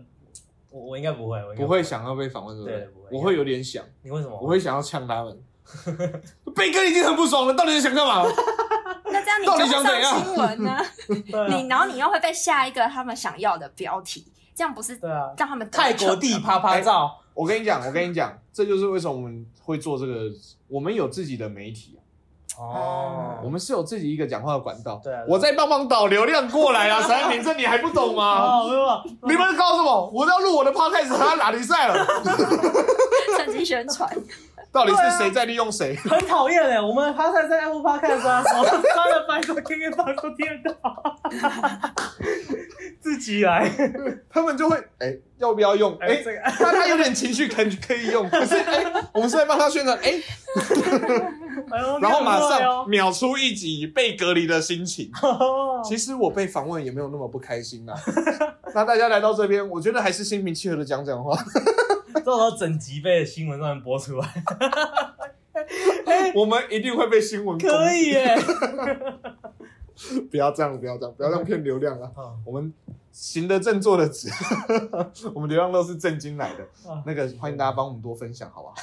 我我应该不会，我应该
不会，想要被访问，对不
对不会嗯
我会有点想，
你为什么？
我会想要呛他们。 (laughs) 贝哥已经很不爽了，到底是想干嘛？ (laughs)
那这样你
到底
就
想
不
怎
上
样
新闻呢？
(laughs) 对啊
你然后你又会被下一个他们想要的标题，这样不是
对啊，
让他们得
泰国
逞
地
了吗
啪啪照，
我跟你讲，我跟你讲，这就是为什么我们会做这个，我们有自己的媒体、啊，
嗯
哦，
我们是有自己一个讲话的管道。
对啊对啊
我在帮忙导流量过来啊， (laughs) 产品，这你还不懂
(laughs)
吗？
哦，没有
你们搞什么？我要录我的 podcast，他打比
(laughs)
赛了，
趁机宣传，
到底
啊
是谁在利用谁？ (laughs)
很讨厌哎，我们趴在在 Apple Podcast 啊，什么翻了翻说 KK 放都听得 (laughs) 到，自己来，
他们就会哎、要不要用？哎、
哎，这个
他他有点情绪，可可以用，可是哎、我们是在帮他宣传，哎、然后马 (laughs) 上秒出一集被隔离的心
(laughs)
情。
哦
其实我被访问也没有那么不开心啦。 (laughs) 那大家来到这边，我觉得还是心平气和的讲
(laughs)
讲话。
到时候整集被新闻上面播出来，
我们一定会被新闻攻击
哎可以 (laughs) 耶，
不要这样，不要这样，不要这样骗流量啊！
哦
我们行得正，坐得直， (laughs) 我们流量都是正经来的。
啊
那个欢迎大家帮我们多分享，好不好？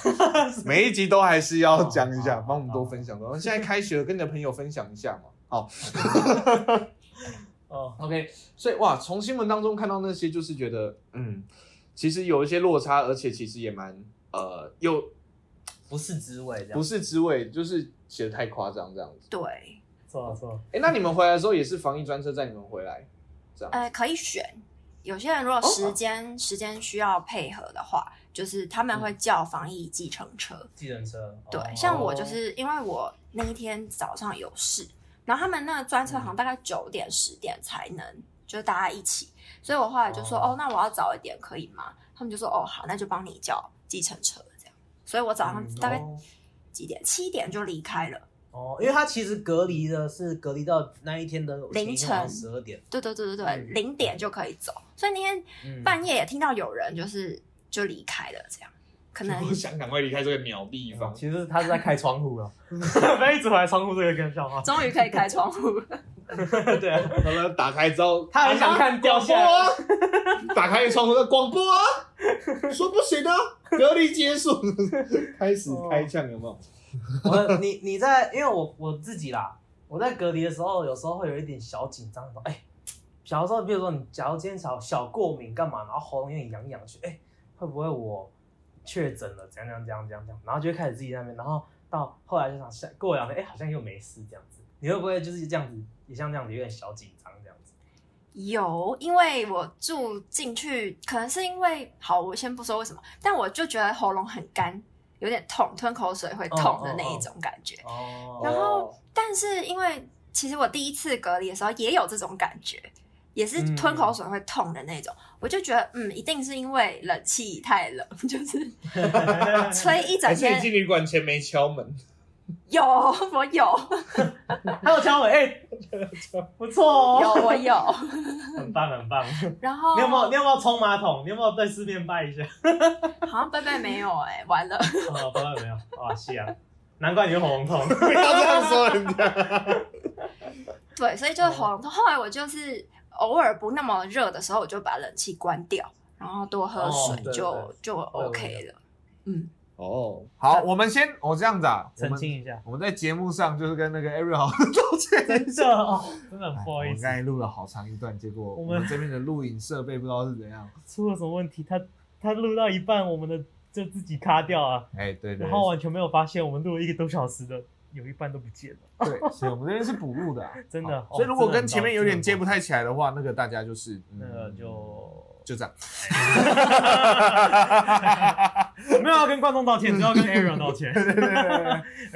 (laughs)
每一集都还是要讲一下，帮我们多分享。然后现在开学了，跟你的朋友分享一下嘛。好，
哦，
OK，所以哇，从新闻当中看到那些，就是觉得，嗯，其实有一些落差，而且其实也蛮呃，又
不是滋味这样
不，是滋味，就是写的太夸张这样子。
对，
错错，
哎、那你们回来的时候也是防疫专车载你们回来，这样？
呃，可以选。有些人如
哦
果时间、时间需要配合的话，就是他们
嗯
会叫防疫计程车，
计程车，
对
哦，
像我就是因为我那一天早上有事，然后他们那个专车好像大概九点十点才能，就是大家一起，所以我后来就说，
哦
哦，那我要早一点可以吗？他们就说，哦，好，那就帮你叫计程车这样。所以我早上
嗯
大概
哦
几点？七点就离开了。
哦，因为他其实隔离的是隔离到那一天的
凌晨
十二点，
对对对对对，
嗯
零点就可以走。所以那天
嗯
半夜也听到有人就是就离开了这样，可能。
(laughs) 我想赶快离开这个鸟地方。
其实他是在开窗户 (laughs) 了，不要一直回来窗户这个跟笑话
终于可以开窗户了。
(laughs) 对啊，
嗯
好了，打开之后，啊
他很想看掉下来
广播啊打开窗户的广播
(laughs)
啊，说不行的，啊隔离结束， (laughs) 开始
哦
开枪，有没有？
(laughs) 我你你在，因为我我自己啦，我在隔离的时候，有时候会有一点小紧张，说哎，小时候比如说你假如今天小小过敏干嘛，然后喉咙有点痒痒，去哎会不会我确诊了，怎样怎样怎样怎样怎样，然后就会开始自己在那边，然后到后来就想想过两天，哎好像又没事这样子，你会不会就是这样子，也像这样子有点小紧张这样子？
有，因为我住进去，可能是因为好，我先不说为什么，但我就觉得喉咙很干，有点痛，吞口水会痛的那一种感觉。
哦
然后，但是因为其实我第一次隔离的时候也有这种感觉，也是
嗯
吞口水会痛的那种，我就觉得嗯，一定是因为冷气太冷， (laughs) 就是
哎
吹一整
还是你
天。
进旅馆前没敲门？ (laughs)
有，我有，
还有敲门，哎、不错
有
哦，
我有。
(laughs) 很棒很棒。
然后
你有 (laughs) 没有你有没有冲马桶？你有没有对四面拜一下？
好像贝贝没有哎、完了。
哦，不知道有没有？哇，是啊，难怪你会喉咙
(laughs)
痛。
不要这样说人家。
对，所以
哦
就喉咙痛。后来我就是偶尔不那么热的时候，我就把冷气关掉，然后多喝
哦
水
对
就、
对
就 OK 了。嗯，
哦，好，我们先，我这样子啊，我
澄
们
清一
(laughs)
下，
我们在节目上就是跟那个 Ariel 好好道歉
真
一下。
的哦， (laughs) 真的很
哎
不好意
我们
思
刚，才录了好长一段，结果我
我们
们这边的录影设备不知道是怎样。
出了什么问题？他他录到一半，我们的就自己卡掉啊，
哎，对对
然后完全没有发现，我们录了一个多小时的，有一半都不见了。
对，所以我们这边是补录的啊，
(laughs) 真的
好所以如果
哦真的
跟
很
前面
糟
有点
真的
接
很
不太起来的话，那个大家就是
那个
嗯
就
就
(laughs)
这样。
没有要跟观众道
(laughs)
歉，只要跟 Ariel 道歉。
对
(laughs)
对对对对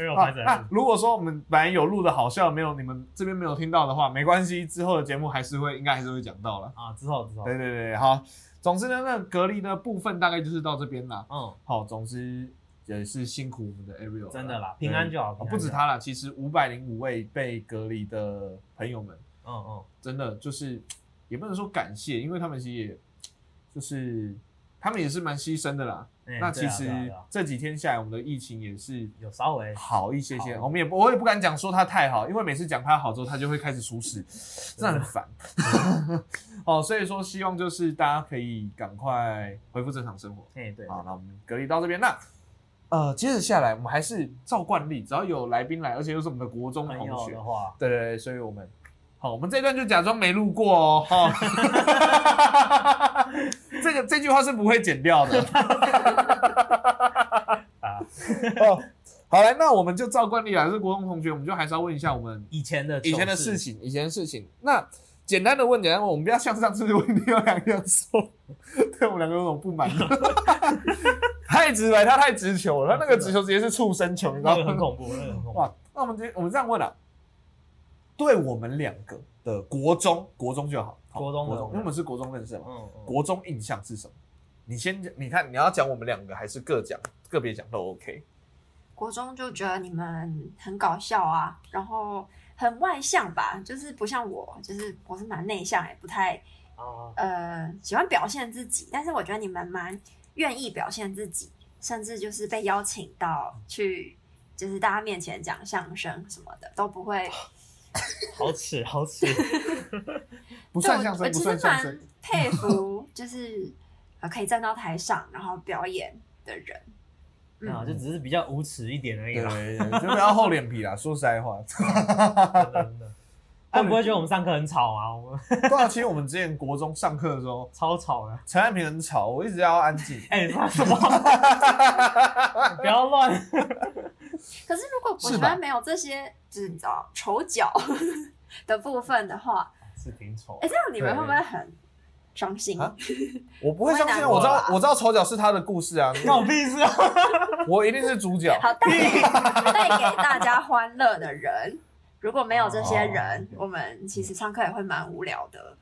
Ariel
啊
拍
(laughs)
在
那如果说我们本来有录的好笑，没有你们这边没有听到的话，没关系，之后的节目还是会应该还是会讲到了。
啊，之后之后，
对对对，好。总之呢，那个隔离的部分大概就是到这边啦。
嗯，
好，总之也是辛苦我们的 Ariel，了
真的啦，平安就好
啊，不止，他啦，其实五百零五位被隔离的朋友们，
平安就好
真的就是也不能说感谢，因为他们其实也就是他们也是蛮牺牲的啦。
嗯嗯，哎
那其
对啊对啊
实
对啊
这几天下来，我们的疫情也是
有稍微
好一些些。
好
我们也不我也不敢讲说它太好，因为每次讲它好之后，它就会开始出事，这很烦。 (laughs) 哦，所以说希望就是大家可以赶快恢复正常生活。
哎对，
好，那我们隔离到这边。那呃，接着下来我们还是照惯例，只要有来宾来，而且又是我们的国中
朋
同
友
学
的，话，
对对对，所以我们好，我们这一段就假装没录过哦。哈、 (laughs) 这个这句话是不会剪掉的。
啊，
哦，好了，那我们就照惯例啊来，是国中同学，我们就还是要问一下我们
以前的糗
以前的事，情，以前的事情。那简单的问，简单地问，我们不要像上次问你有两样说， (laughs) 对我们两个有种不满的， (laughs) 太直白，他太直球了，他那个直球直接是畜生球，你知
那
道
个很
吗？
恐怖，那个很恐怖。
哇，那我们直接我们这样问了、对我们两个的国中，国中就好，好
国中的
国中，因为我们是国中认识的嘛，
嗯，嗯
国中印象是什么？你先，你看你要讲我们两个还是各讲个别讲都 OK。
国中就觉得你们很搞笑啊，然后很外向吧，就是不像我，就是我是蛮内向，也不太
啊，
呃喜欢表现自己，但是我觉得你们蛮愿意表现自己，甚至就是被邀请到去，就是大家面前讲相声什么的都不会。
好耻好 (laughs) 耻，
不
对
算
我
相声，
我
不
其
算
实
相声
蛮。佩
(laughs)
服，就是呃可以站到台上然后表演的人。嗯
啊，就只是比较无耻一点而已
对
啦，
对对，就不要厚脸皮啦。说实在话， (laughs)
真的真的。他们不会觉得我们上课很吵啊，我们
对啊，其实我们之前国中上课的时候，
超吵的。
陈汉平很吵，我一直要安静。
哎，
(laughs)
你说什么？不要乱。
可是如果我
是
觉
吧
得没有这些，就是你知道丑角 (laughs) 的部分的话，
是挺丑
哎、。这样你们
对
会不会很伤心？
啊我不会
不会
相信，
难
我
过
知道
啦，
我知道丑角是他的故
(laughs)
事啊，
那我屁事啊！
我一定是主角。
好
(laughs)
带给带给大家欢乐的人，如果没有这些人，
哦
我们其实上课也会蛮无聊的。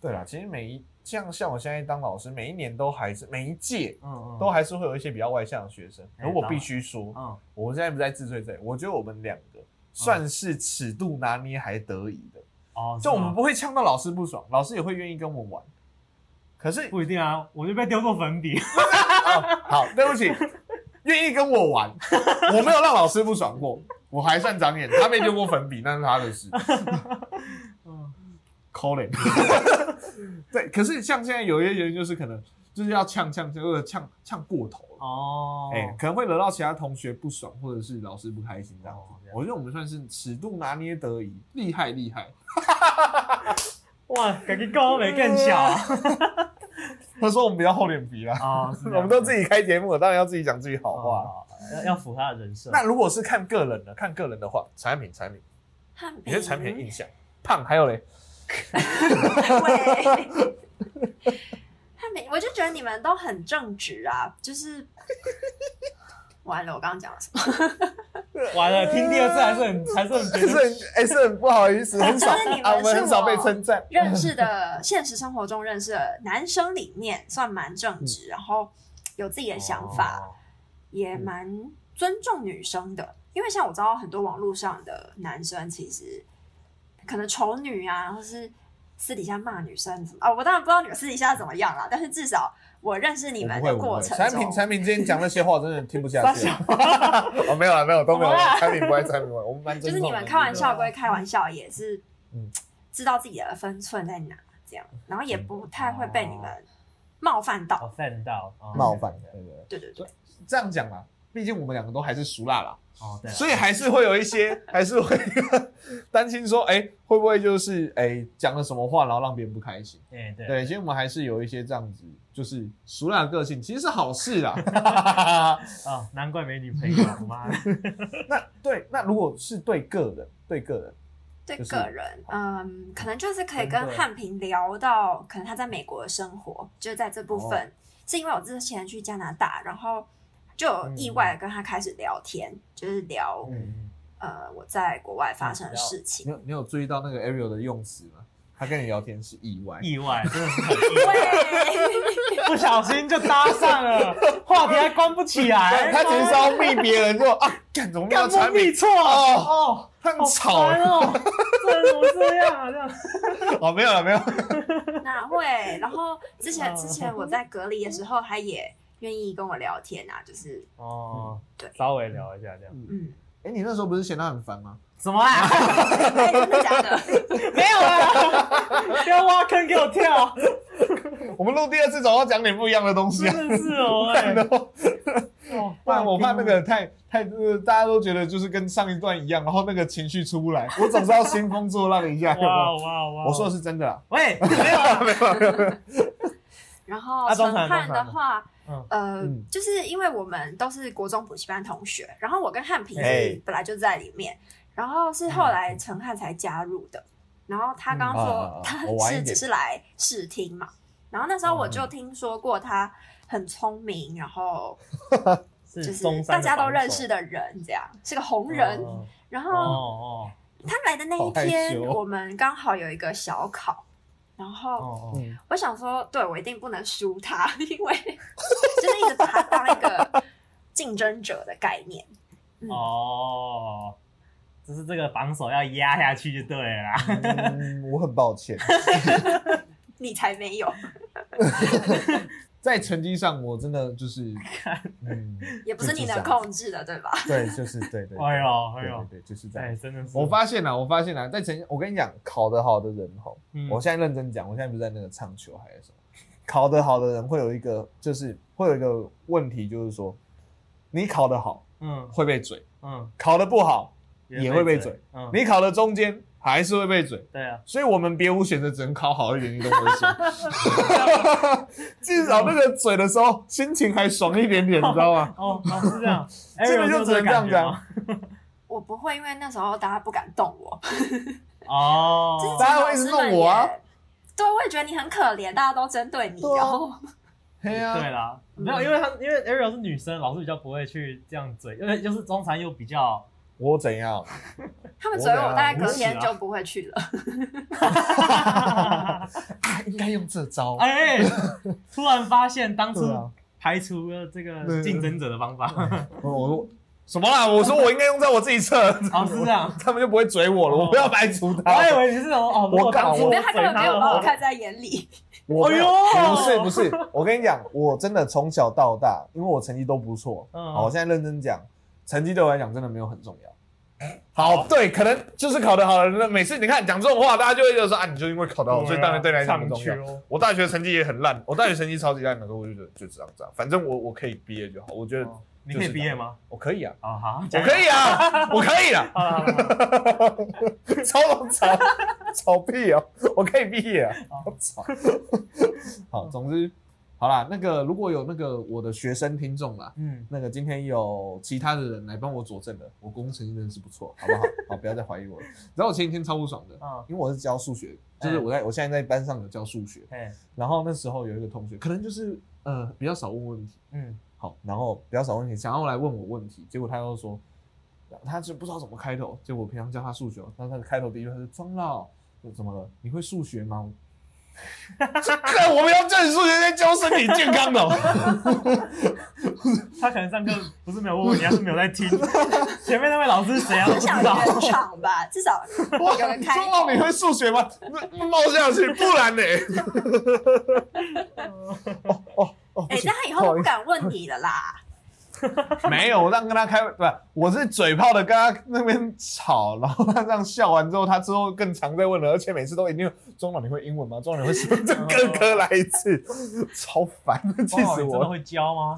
对啦，其实每一像像我现在当老师，每一年都还是每一届
嗯嗯，
(laughs) 都还是会有一些比较外向的学生。
哎
如果必须说，
嗯
我现在不在自罪罪，我觉得我们两个算是尺度拿捏还得宜的，
哦，
就我们
不
不会呛到老师不爽，老师也会愿意跟我们玩。可是
不一定啊，我就被丢过粉笔。
哦，好，对不起，愿意跟我玩，我没有让老师不爽过，我还算长眼，他没丢过粉笔，那是他的事。
嗯，
抠脸， (laughs) 对，可是像现在有一些人就是可能就是要呛呛呛，或者呛呛过头了，
哦，
哎、可能会惹到其他同学不爽，或者是老师不开心这样
哦
子
这。样
我觉得我们算是尺度拿捏得宜，厉害厉害。
哇，感觉高没更小
(laughs)
啊！
他说我们比较厚脸皮
(laughs)
啦，
哦
啊
(laughs) 我们都自
己
己开节目了，当然要自己讲自己好话
哦
话，
啦。
哦要要符合他的人设。
(laughs) 那如果是看个人的，看个人的话，产品产品。
汉
你对产
嗯
品的印象，胖还有嘞，
对，他没，我就觉得你们都很正直啊，就是。完了，我刚刚讲了什么？
完了，听第二次还是很还是很
是
觉得
很哎是很不好意思，很少
(laughs) 但是你们
啊，我们
是
很少
我
被称赞。
认识的现实生活中认识的男生里面算蛮正
嗯
直，然后有自己的想法，
哦
哦
也蛮尊重女生的，因为像我知道很多网络上的男生其实可能丑女啊，或是私底下骂女生什么啊、我当然不知道你们私底下怎么样啦，但是至少我认识你
我
们
不会
的
我不
过
会。
程
产品
中，
产品今天讲那些话，我真的听不下去
傻。
(laughs) 哦，没有了，没有都没有了
怎么。了
产品不爱产品不爱，我们蛮
啊就
尊
是
重的啊
你们开玩笑归开玩笑，也是
嗯
知道自己的分寸在哪，这样，然后也不太会被你
嗯
们冒犯到。
，offend 到，哦
冒犯，对对对，
对对对，
这样讲啦。毕竟我们两个都还是熟辣啦，
哦，对啊，
所以还是会有一些， (laughs) 还是会担心说，哎、会不会就是哎讲、了什么话，然后让别人不开心？
哎对，
对，其实我们还是有一些这样子，就是熟辣的个性，其实是好事
(laughs)
啦。
哦，难怪没女朋友，
(laughs)
妈的，
那对，那如果是对个人，对个人，
对
就是哦
个人，嗯，可能就是可以
真
跟
的
汉平聊到，可能他在美国的生活，就是在这部
哦
分，是因为我之前去加拿大，然后就有意外地跟他开始聊天，就是聊、
嗯，
呃我在国外发生的事情。
你有你有注意到那个 Ariel 的用词吗？他跟你聊天是意外，
意外，真的是很意外，
对，
不小心就搭上了，话题还关不起来，
对他只是要密别人就啊，干怎么没有
干
产
不密
品？
错
哦，
哦，
他很
好
吵
烦哦，这人怎么这样啊？这
(laughs)
样，
哦，没有了，没有。
哪会？然后之前
哦
之前
嗯
我在隔离的时候，他也愿意跟我聊天啊，就是
哦，
对
稍微聊一下这样，
嗯，
哎，你那时候不是嫌他很烦吗？
怎么啦？
(laughs)
哎真的假的？
没有啦，不要挖坑给我跳，
我们录第二次总要讲点不一样的东西啊，
真的是
(laughs)
哦，哎
然，后
哦
不然我怕那个太太呃大家都觉得就是跟上一段一样，然后那个情绪出不来，我总是要兴风作浪一下。有
(laughs)
没
哇
有 (laughs)
哇哇！
我说的是真
(laughs)
的啦，
喂，没有啊，
然后
啊
陈
中传
汉
中
的
传
话，
嗯
呃，
嗯
就是因为我们都是国中补习班同学，然后我跟汉平
哎嗯
是本来就在里面，然后是后来陈汉才加入的。然后他刚刚
嗯啊啊
说
啊
他
我晚一
是
点嗯
只是来试听嘛，然后那时候我就听说过他很聪明，然后就是是
中
大
山的
家都
榜
认
首
识的人，这样是个红人。
哦
然
哦
后
哦
他来的那一
好害
天，
羞
我们刚好有一个小考，然
哦
后
哦，
嗯，
我想说，对我一定不能输他，因为 (laughs) 就是一直把他当一个竞争者的概念。嗯，
哦，就是这个榜首要压下去就对了啦。
嗯我很抱歉，
你才没有，
在成绩上我真的就是，
(laughs)
嗯，
也不是你能控制的，对吧？
对，就是对对，
(laughs) 哎呦
对
哎呦，
嗯对对，就是这
哎，
样。
真的是
我发现啊了，我发现了，在成，我跟你讲，考得好的人吼，
嗯
我现在认真讲，我现在不是在那个唱球还是什么，考得好的人会有一个，就是会有一个问题，就是说，你考得好
嗯
会被嘴，
嗯
考得不好也会被
嘴
嘴，，
嗯
你考的中间还是会被嘴。
对啊，
所以我们别无选择，只能考好一点，你懂我意思吗？至少那个嘴的时候，心情还爽一点点，你知道 (laughs) 吗？
哦哦是这样，哎
真的
有
就只
这
能
个
这样
感觉
讲
吗
我不会，因为那时候大家不敢动我，
哦
(laughs)
就是
大家会一直弄我啊
老师们也。对，我也觉得你很可怜，大家都针对你，
对啊
然后
嘿呀、
对啦，没有，因为他因为 Ariel 是女生，老师比较不会去这样嘴，因为就是中餐又比
(laughs)
较
我怎样？
他们所以我大概隔
我
天
死啊
就不会去了。
啊应该用这招。
哎，突然发现当
对
初
啊
排除了这
对
个竞争者的方法，
我我什么啦？我说我应该用在我自己侧， (laughs)
哦是这样。
他们就不会追我了。我不要排除
我
他
还。以为你是什么哦，如果
我干
当初
(laughs) 我
嘴
没有，他根本没有
的
把我
话，
看在眼
(laughs)
里。
我
哎呦
不是不是，我跟你讲，我真的从小到大，因为我成绩都不错，
嗯
好，我现在认真讲，成绩对我来讲真的没有很重要。好，对，可能就是考得好的人，那每次你看讲这种话，大家就会觉得说啊，你就因为考得好，所以当然对你来讲很重要。
哦
要。
我大学成绩也很烂，我大学成绩超级烂的，可我就觉得就这样这样，反正我我可以毕业就好，我觉得
哦你可以毕业吗？
我可以啊，
哦，好，
我
加油
可以啊，我可以啊，
好啦好啦
(laughs) 超龙槽，草屁哦！我可以毕业啊！我操！ (laughs) 好，总之好啦，那个如果有那个我的学生听众啦，
嗯，
那个今天有其他的人来帮我佐证的，我工程真的是不错， (laughs) 好不好？好，不要再怀疑我了。你知道我前几天超不爽的，
啊
哦，
因为我是教数学，就是我在我现在在班上有教数学，
哎，
然后那时候有一个同学，可能就是呃比较少问问题，
嗯，
好，然后比较少问题，想要来问我问题，结果他又说，他就不知道怎么开头，哦结果我平常教他数学，但他的开头第一句话是庄老，怎么了？你会数学吗？ (laughs) 看我们要正数学在教身体健康的哦，
他可能上课不是没有问问题，他是没有在
(laughs)
听。前面那位老师是谁啊？都不
很
知
想
道。
圆场吧，至少
(laughs) 哇，
有人开
中老你会数学吗？冒下去，不然呢？哦哦哦，
哎
不，行
那他以后都不敢问你了啦。
没有，我让跟他开，不是，我是嘴炮的跟他那边吵，然后他这样笑完之后，他之后更常在问了，而且每次都一定中老你会英文吗？中老你会 (laughs) 什么？这哥哥来一次，超烦，气
哇
死
你
我
真
了
的。会教吗？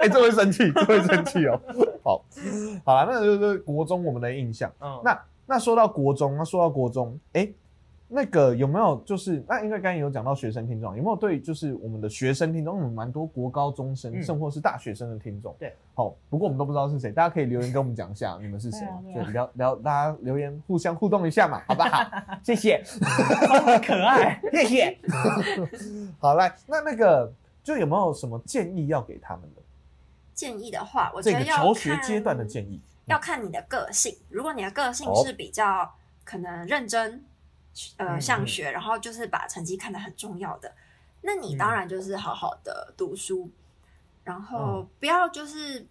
哎、这会生气，这会生气哦。 (laughs) 好，好了，那就是国中我们的印象。
嗯，
那那说到国中，那说到国中，哎、那个有没有就是那因为刚才有讲到学生听众，有没有对就是我们的学生听众，因为我们蛮多国高中生，
嗯
甚或是大学生的听众。
对，
好，不过我们都不知道是谁，大家可以留言跟我们讲一下你们是谁
对啊，对
就
啊
聊聊，大家留言互相互动一下嘛，好不好？
(laughs)
谢谢。
那可爱。
谢谢。好，来，那那个就有没有什么建议要给他们的？
建议的话，我觉
这
得
个
要
求学
看
阶段的建议，
要看你的个性。如果你的个性
好
是比较可能认真，呃，
嗯
上学，然后就是把成绩看得很重要的，那
嗯
你当然就是好好的读书，然
嗯
后不要就是，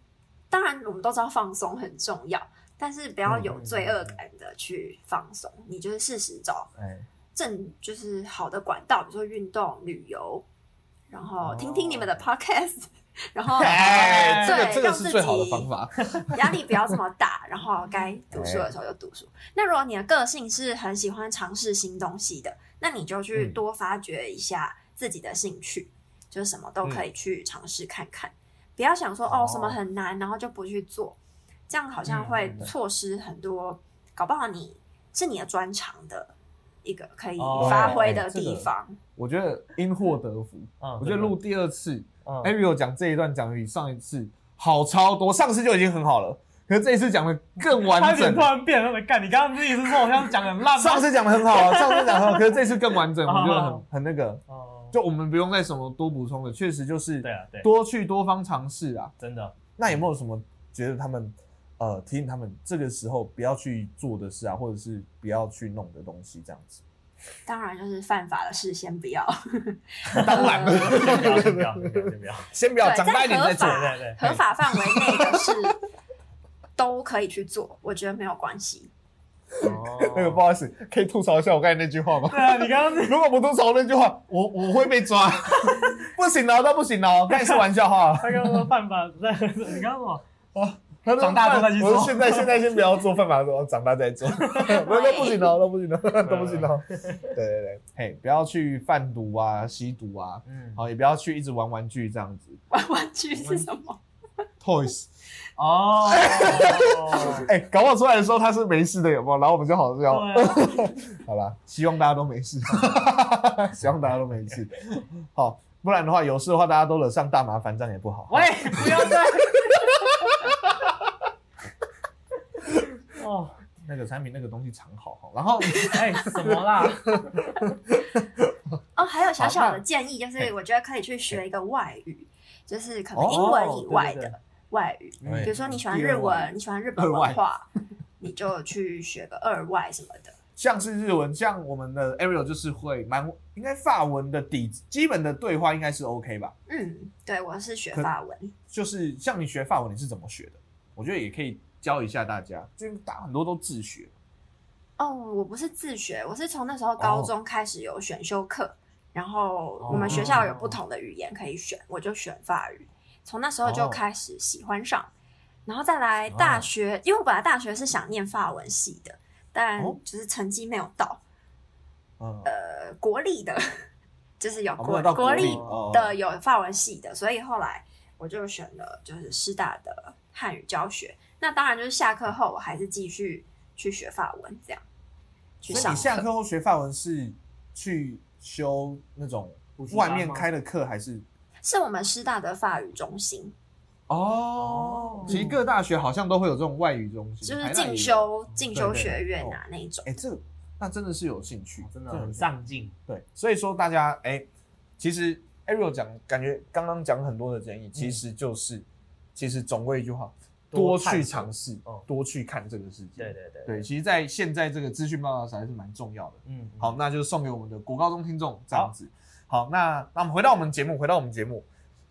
当然我们都知道放松很重要，但是不要
嗯
有罪恶感的去放松，你就是适时找
哎，
正就是好的管道，比如说运动、旅游，然后
哦
听听你们的 podcast，然 (laughs) 后。
哎，这个
对
这个
让
是
自
最好的
己
方法。
(laughs)
(laughs)
压力不要这么大，然后该读书的时候就读书。那如果你的个性是很喜欢尝试新东西的，那你就去
嗯
多发掘一下自己的兴趣，就是什么都可以去尝试看看。不要想说
嗯哦嗯
哦什么很难，然后就不去做，这样好像会错失很多，搞不好你是你的专长的一个可以
哦
发挥的
哎这个
地方。
我觉得因祸得福。
嗯
我觉得录哎第二次
嗯
a r i o 讲这一段讲得比上一次好超多，上次就已经很好了，可是这一次讲的更
他
完
脸
整
突。然变了，干！你刚刚自己是说我像讲得很烂吗？
上次讲的很好啊，上次讲得很好，可是这次更完整，我觉
好
得
好
很
好
很那个，
哦，
就我们不用再什么多补充的，确实就是
对啊，对，
多去多方尝试啊。
真的，
那有没有什么觉得他们呃提醒他们这个时候不要去做的事啊，或者是不要去弄的东西这样子？
当然就是犯法的事先不要，
(laughs)
呃
当然了，
先不要，先不要，先不要，先不要，
先不要
对
长大一点再做
在。
对对
合法合法范围内的事都可以去做，我觉得没有关系。
对。哦
(laughs) 那个不好意思，可以吐槽一下我刚才那句话吗？
对啊，你刚刚是
(laughs) 如果不吐槽那句话，我我会被抓。 (laughs) 不行哦，那不行哦，刚才是玩笑话。
他刚刚说犯法，在你刚刚说
他
(laughs)
说
长大之后再去做
我说现在现在先不要做犯法，说长大
(laughs)
再做。那那不行哦，那不行哦，那不行哦。对对对，嘿，不要去贩毒啊、吸毒啊，
嗯，
好，也不要去一直玩玩具这样子。
玩玩具是什么？
Toys，
哦，
哎、搞不好出来的时候他是没事的，有没有？然后我们就好笑，
对啊
好吧？希望大家都没事， (laughs) 希望大家都没事。好，不然的话，有事的话大家都惹上大麻烦，这样也不好。
喂，不要再。哦，
那个产品那个东西藏好哈，
(laughs)
然后
哎，什
(laughs)
么啦？
哦，还有小小
好
的
那
建议，就是
嘿
我觉得可以去学一个外语，就是可
哦
能英文以外
对对
的外语，
对
比如说你喜欢
嗯第
日
二外
文，你喜欢日本
二外
文化，你就去学个二外什么的。
像是日文，像我们的 Ariel 就是会蛮应该法文的底子，基本的对话应该是 OK 吧？
嗯，对，我是学
可
法文，
就是像你学法文，你是怎么学的？我觉得也可以教一下大家，就是大家很多都自学。
哦，我不是自学，我是从那时候高
哦
中开始有选修课，然后
哦
我们学校有不同的语言可以选，我就选法语，从那时候就
哦
开始喜欢上，然后再来大学，因为我本来大学是想念法文系的，但
哦
就是成绩没有到，
嗯，
呃，国立的，就是有
哦
国、
没有到
国
国立
立
哦
的有法文系的，所以后来我就选了就是师大的汉语教学，那当然就是下课后我还是继续去学法文这样。去
所以
上
你下
课
课后学法文是去修那种
习班
外
吗
面开的课，还是？
是我们师大的法语中心，
嗯哦，其实各大学好像都会有这种外语中心，
就是
台大也
进
有。嗯
修进修
对对
学院啊那一种。
哎、这个那真的是有兴趣，
真的
有
哦很
兴趣
上进，
对，所以说大家哎、其实 Ariel 讲，感觉刚刚讲很多的建议，其实就是，其实总归一句话，
嗯多
多
探
去
索
尝试
哦，
多去看这个世界。
对对对
对，其实，在现在这个资讯爆炸时还是蛮重要的。
嗯，嗯
好，，那就是送给我们的国高中听众这样子。好，那那我们回到我们节目，回到我们节目，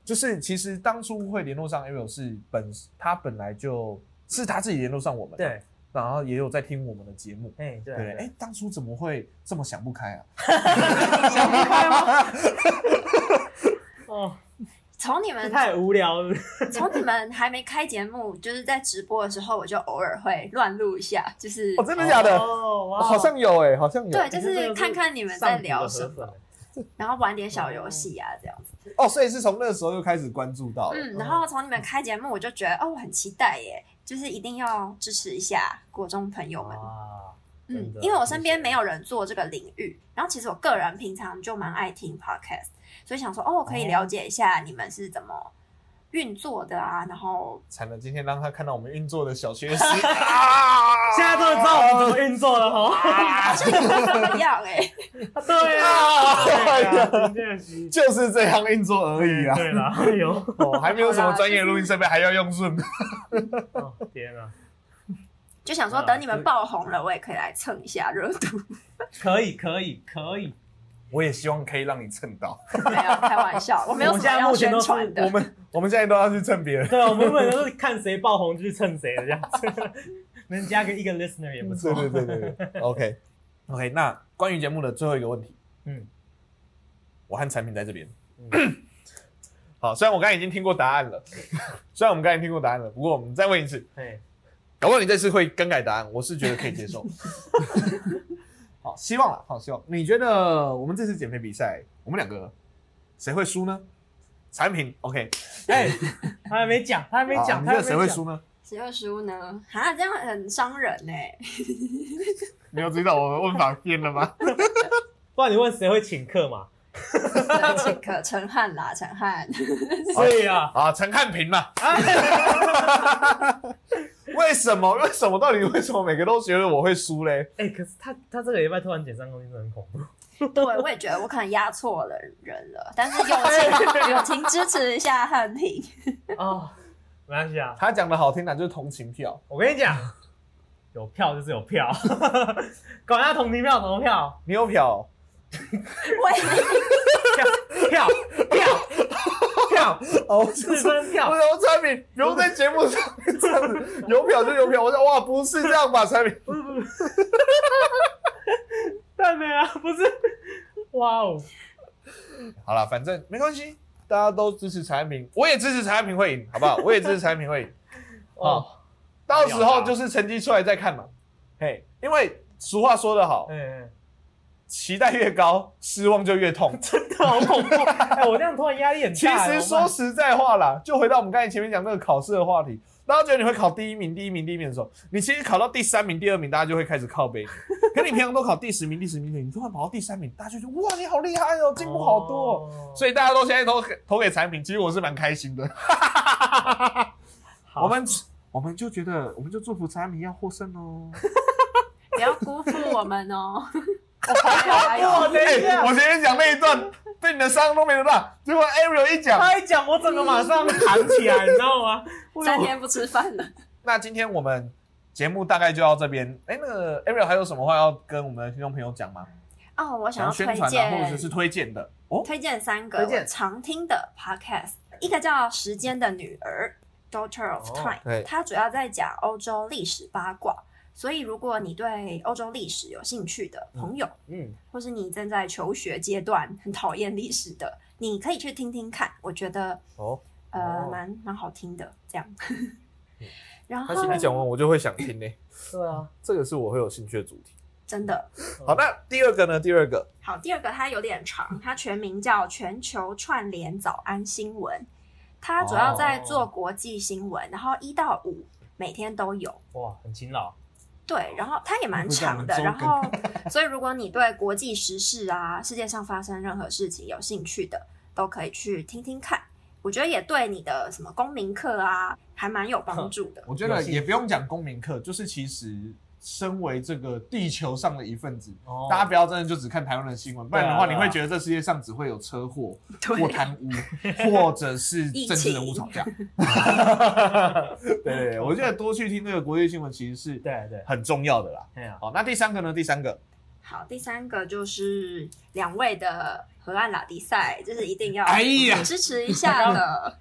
就是其实当初会联络上 Ariel 是本他本来就是他自己联络上我们，，
对，
然后也有在听我们的节目。
哎，对
对
啊，
不
对
对，
啊，
哎，当初怎么会这么想不开啊？
哦，
(laughs)
从你们
太无聊了。
(laughs) 从你们还没开节目，就是在直播的时候，我就偶尔会乱录一下，就是、
哦，真的假的？
哦，哇
好像有哎，好像有。
对，就
你这
是
个
看看你们在聊什
上古的
么
河，粉
然后玩点小游戏啊，这样子。
哦，所以是从那个时候就开始关注到了。
嗯，然后从你们开节目，我就觉得哦，我很期待耶，就是一定要支持一下国中朋友们。
啊，
嗯
真的，
因为我身边没
有，
有人做这个领域，然后其实我个人平常就蛮爱听 podcast，所以想说哦，我可以了解一下你们是怎么运作的啊，然后
惨了，今天让他看到我们运作的小
(laughs)
缺失啊！
现在终于知道我们怎么运作了
(laughs)
哈。
好像也不怎么样哎、
对啊，
啊
对啊，真的是
(laughs) 就是这样运作而已啦。啊
对啦，哎呦，
哦，还没有什么专业录音设备，还要用 Zoom。
哦天啊，
就想说等你们爆红了，我也可以来蹭一下热度。
可以可以可以，
我也希望可以让你蹭到。
没有开玩笑，我没有什么要宣传
我
的。
们我们现在都要去蹭别人，
对，啊我们不能都是看谁爆红就去蹭谁的这样子， (laughs) 能加个一个 listener 也不错
对。对对对对。OK (laughs) OK，那关于节目的最后一个问题，
嗯，
我和产品在这边。
嗯
(coughs) 好，虽然我刚才已经听过答案了， (laughs) 虽然我们刚才听过答案了，不过我们再问一次，
哎，
搞不好你这次会更改答案，我是觉得可以接
(laughs)
受。好，希望了，好希望。你觉得我们这次减肥比赛，我们两个谁会输呢？产品 OK，
哎，他还没讲，他还没
好
讲，
啊你
他
觉
还
得谁会
没讲
输。呢？
十二十五呢？啊，这样很伤人哎、
你有注意到我的问法变了吗？
不然你问谁会请客嘛？
对请客陈汉啦，陈汉，
对呀，
啊，陈汉平嘛。 (laughs) 为什么？为什么？到底为什么每个都觉得我会输嘞？
哎，可是他他这个礼拜突然减三公斤，真的很恐怖。
对我也觉得我可能压错了人了，但是友情友情支持一下汉平。
哦，没关系啊，
他讲的好听点就是同情票，
我跟你讲，有票就是有票， (laughs) 管他同情票什么票，
你有票
我也
票票票，
哦，
四
是
分
不 (laughs)
票
是，我产品不用在节目上面这样子，有票就有票。我说哇，不是这样吧，产品。
不是不是，但没啊，不是，哇哦，
好了，反正没关系，大家都支持产品，我也支持产品会赢，好不好？我也支持产品会赢。
哦，
到时候就是成绩出来再看嘛。嘿，因为俗话说得好，
嗯，
期待越高，失望就越痛。
好恐怖，哎，我这样突然压力很
其
大。
实
怎么
说
办
实在话啦，就回到我们刚才前面讲那个考试的话题，大家觉得你会考第一名、第一名、第一名的时候，你其实考到第三名、第二名，大家就会开始靠背你。可你平常都考第十名、第十名、第十名，你突然跑到第三名，大家就觉得哇，你好厉害哦，进步好多、哦。
哦
所以大家都现在投给投给产品，其实我是蛮开心的。
好
我们我们就觉得，我们就祝福产品要获胜哦。
不要辜负我们 (laughs) 哦。
哎呦我等一
哎
下，
我前面讲那一段被你的伤都没得到，结果 Ariel 一讲，
他一讲，我整个马
(laughs)
上弹起来，你知道吗？
三天不吃饭了，
那今天我们节目大概就到这边。哎，那个 Ariel 还有什么话要跟我们的听众朋友讲吗？
哦，我想要
宣
推
传啊，或
荐
者是推荐的哦。
推荐三个
推荐
我常听的 podcast，一个叫《时间的女儿》（Daughter of
哦
Time），、
对
它主要在讲欧洲历史八卦。所以，如果你对欧洲历史有兴趣的朋友，
嗯，
或是你正在求学阶段很讨厌历史的，你可以去听听看，我觉得
哦，嗯
呃
哦
蛮蛮好听的。这样， (laughs) 然后
他心里讲完，我就会想 (laughs) 听呢、
对啊，
这个是我会有兴趣的主题。
真的
好，那第二个呢？第二个
好，第二个它有点长，它全名叫《全球串联早安新闻》，它主要在做国际新闻，然后一到五每天都有。
哇，很勤劳，
对，然后它也蛮长的，
不像
然后所以如果你对国际时事啊、世界上发生任何事情有兴趣的，都可以去听听看。我觉得也对你的什么公民课啊，还蛮有帮助的。
我觉得也不用讲公民课，就是其实身为这个地球上的一份子，
哦
大家不要真的就只看台湾的新闻，不然的话
对啊
你会觉得这世界上只会有车祸
对
或贪污，或者是政治人物吵架。对 (laughs) 对对，我觉得多去听这个国际新闻其实是
对对，
很重要的啦。
哎呀，
好，那第三个呢？第三个，
好，第三个就是两位的河岸拉迪赛，就是一定要
哎呀
支持一
(laughs)
下的。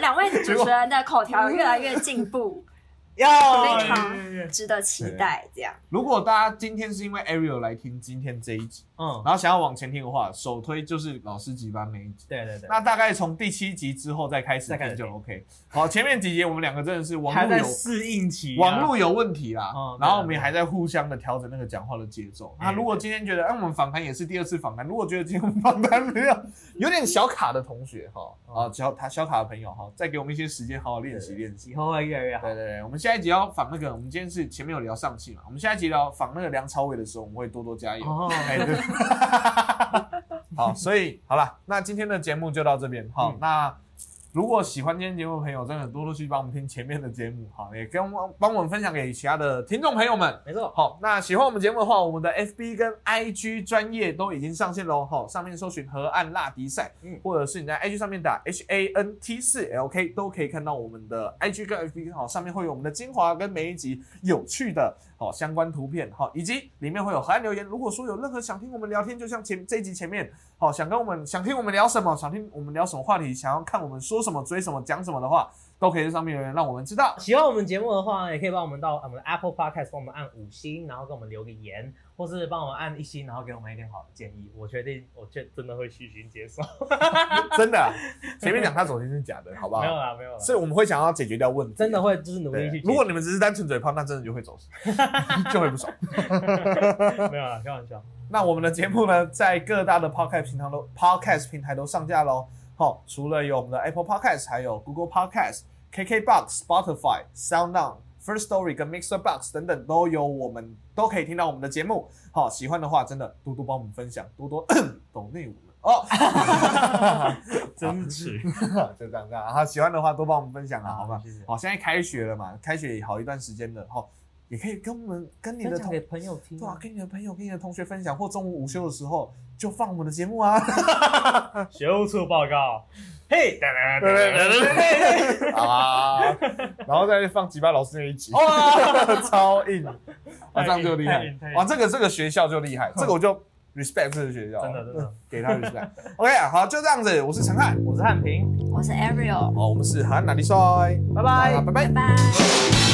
两位主持人的口条越来越进步，
要
非常值得期待。这样
如果大家今天是因为 Ariel 来听今天这一集，
嗯，
然后想要往前听的话，首推就是老师级班那一集。
对对对，
那大概从第七集之后再开始
再开始
听就 OK。好，前面几集我们两个真的是网
还
络
在
有
适应期啊，
网络有问题啦，
哦对啊
然后我们也还在互相的调整那个讲话的节奏。
嗯
那如果今天觉得，哎、我们访谈也是第二次访谈，如果觉得今天访谈没有有点小卡的同学哈，
哦
啊、小他小卡的朋友哈，再给我们一些时间好好练习练习。
以后会越来越好
对。对对，我们下一集要访那个，我们今天是前面有聊上汽嘛，我们下一集聊访那个梁朝伟的时候，我们会多多加油。
哦，
哎，对， (laughs) 好，所以好了，那今天的节目就到这边。好，
嗯
那如果喜欢今天节目的朋友，真的多多去帮我们听前面的节目，好，也跟我们帮我们分享给其他的听众朋友们。
没错，
好，那喜欢我们节目的话，我们的 FB 跟 IG 专业都已经上线喽。好，上面搜寻河岸辣迪赛，
嗯
或者是你在 IG 上面打 H A N T 四 L K 都可以看到我们的 IG 跟 FB。好，上面会有我们的精华跟每一集有趣的好相关图片，好，以及里面会有河岸留言。如果说有任何想听我们聊天，就像前这一集前面，好，想跟我们想听我们聊什么，想听我们聊什么话题，想要看我们说什么、追什么、讲什么的话，都可以在上面留言，让我们
(laughs)
知道。
喜欢我们节目的话，也可以帮我们到我们的 Apple Podcast 帮我们按五星，然后给我们留个言，或是帮我们按一星，然后给我们一点好的建议。我确定，我确真的会虚心接受。
真的啊，前面讲他首先是假的，
(laughs)
好不好？
没有啦，没有啦，
所以我们会想要解决掉问题，
真的会就是努力去
对。
解决。
如果你们只是单纯嘴炮，那真的就会走神，
(laughs)
就会不爽。
没有啦，开
(laughs)
玩笑。
那我们的节目呢，在各大的 podcast 平台都 podcast 平台都上架喽。好、除了有我们的 Apple Podcast，还有 Google Podcast、KKBox、Spotify、SoundOn、First Story 跟 Mixer Box 等等，都有我们都可以听到我们的节目。好、喜欢的话真的多多帮我们分享，多多 (coughs) 抖内我们哦。
争
(laughs)
取，
(laughs) 就这样这样，好，喜欢的话多帮我们分享啊，好吗？
谢谢。
好，现在开学了嘛，开学也好一段时间了，好，也可以跟我们跟你的
分
同
享给朋友听
对啊，跟你的朋友、跟你的同学分享，或中午午休的时候就放我们的节目啊。
学务处报告。嘿，哒哒哒哒
对对对对 (laughs) 对，啊，然后再放吉巴老师那一集，哇， (laughs) 超硬，啊，这样就厉
太
害
硬太，硬
哇，这个这个学校就厉害，这个我就 respect 这个学校，
真的真的，
给他 respect。OK，好，就这样子，我是陈汉，
我是汉平，
我是 Ariel，
好，我们是韩哪里帅，
拜拜
好。拜拜
拜。拜。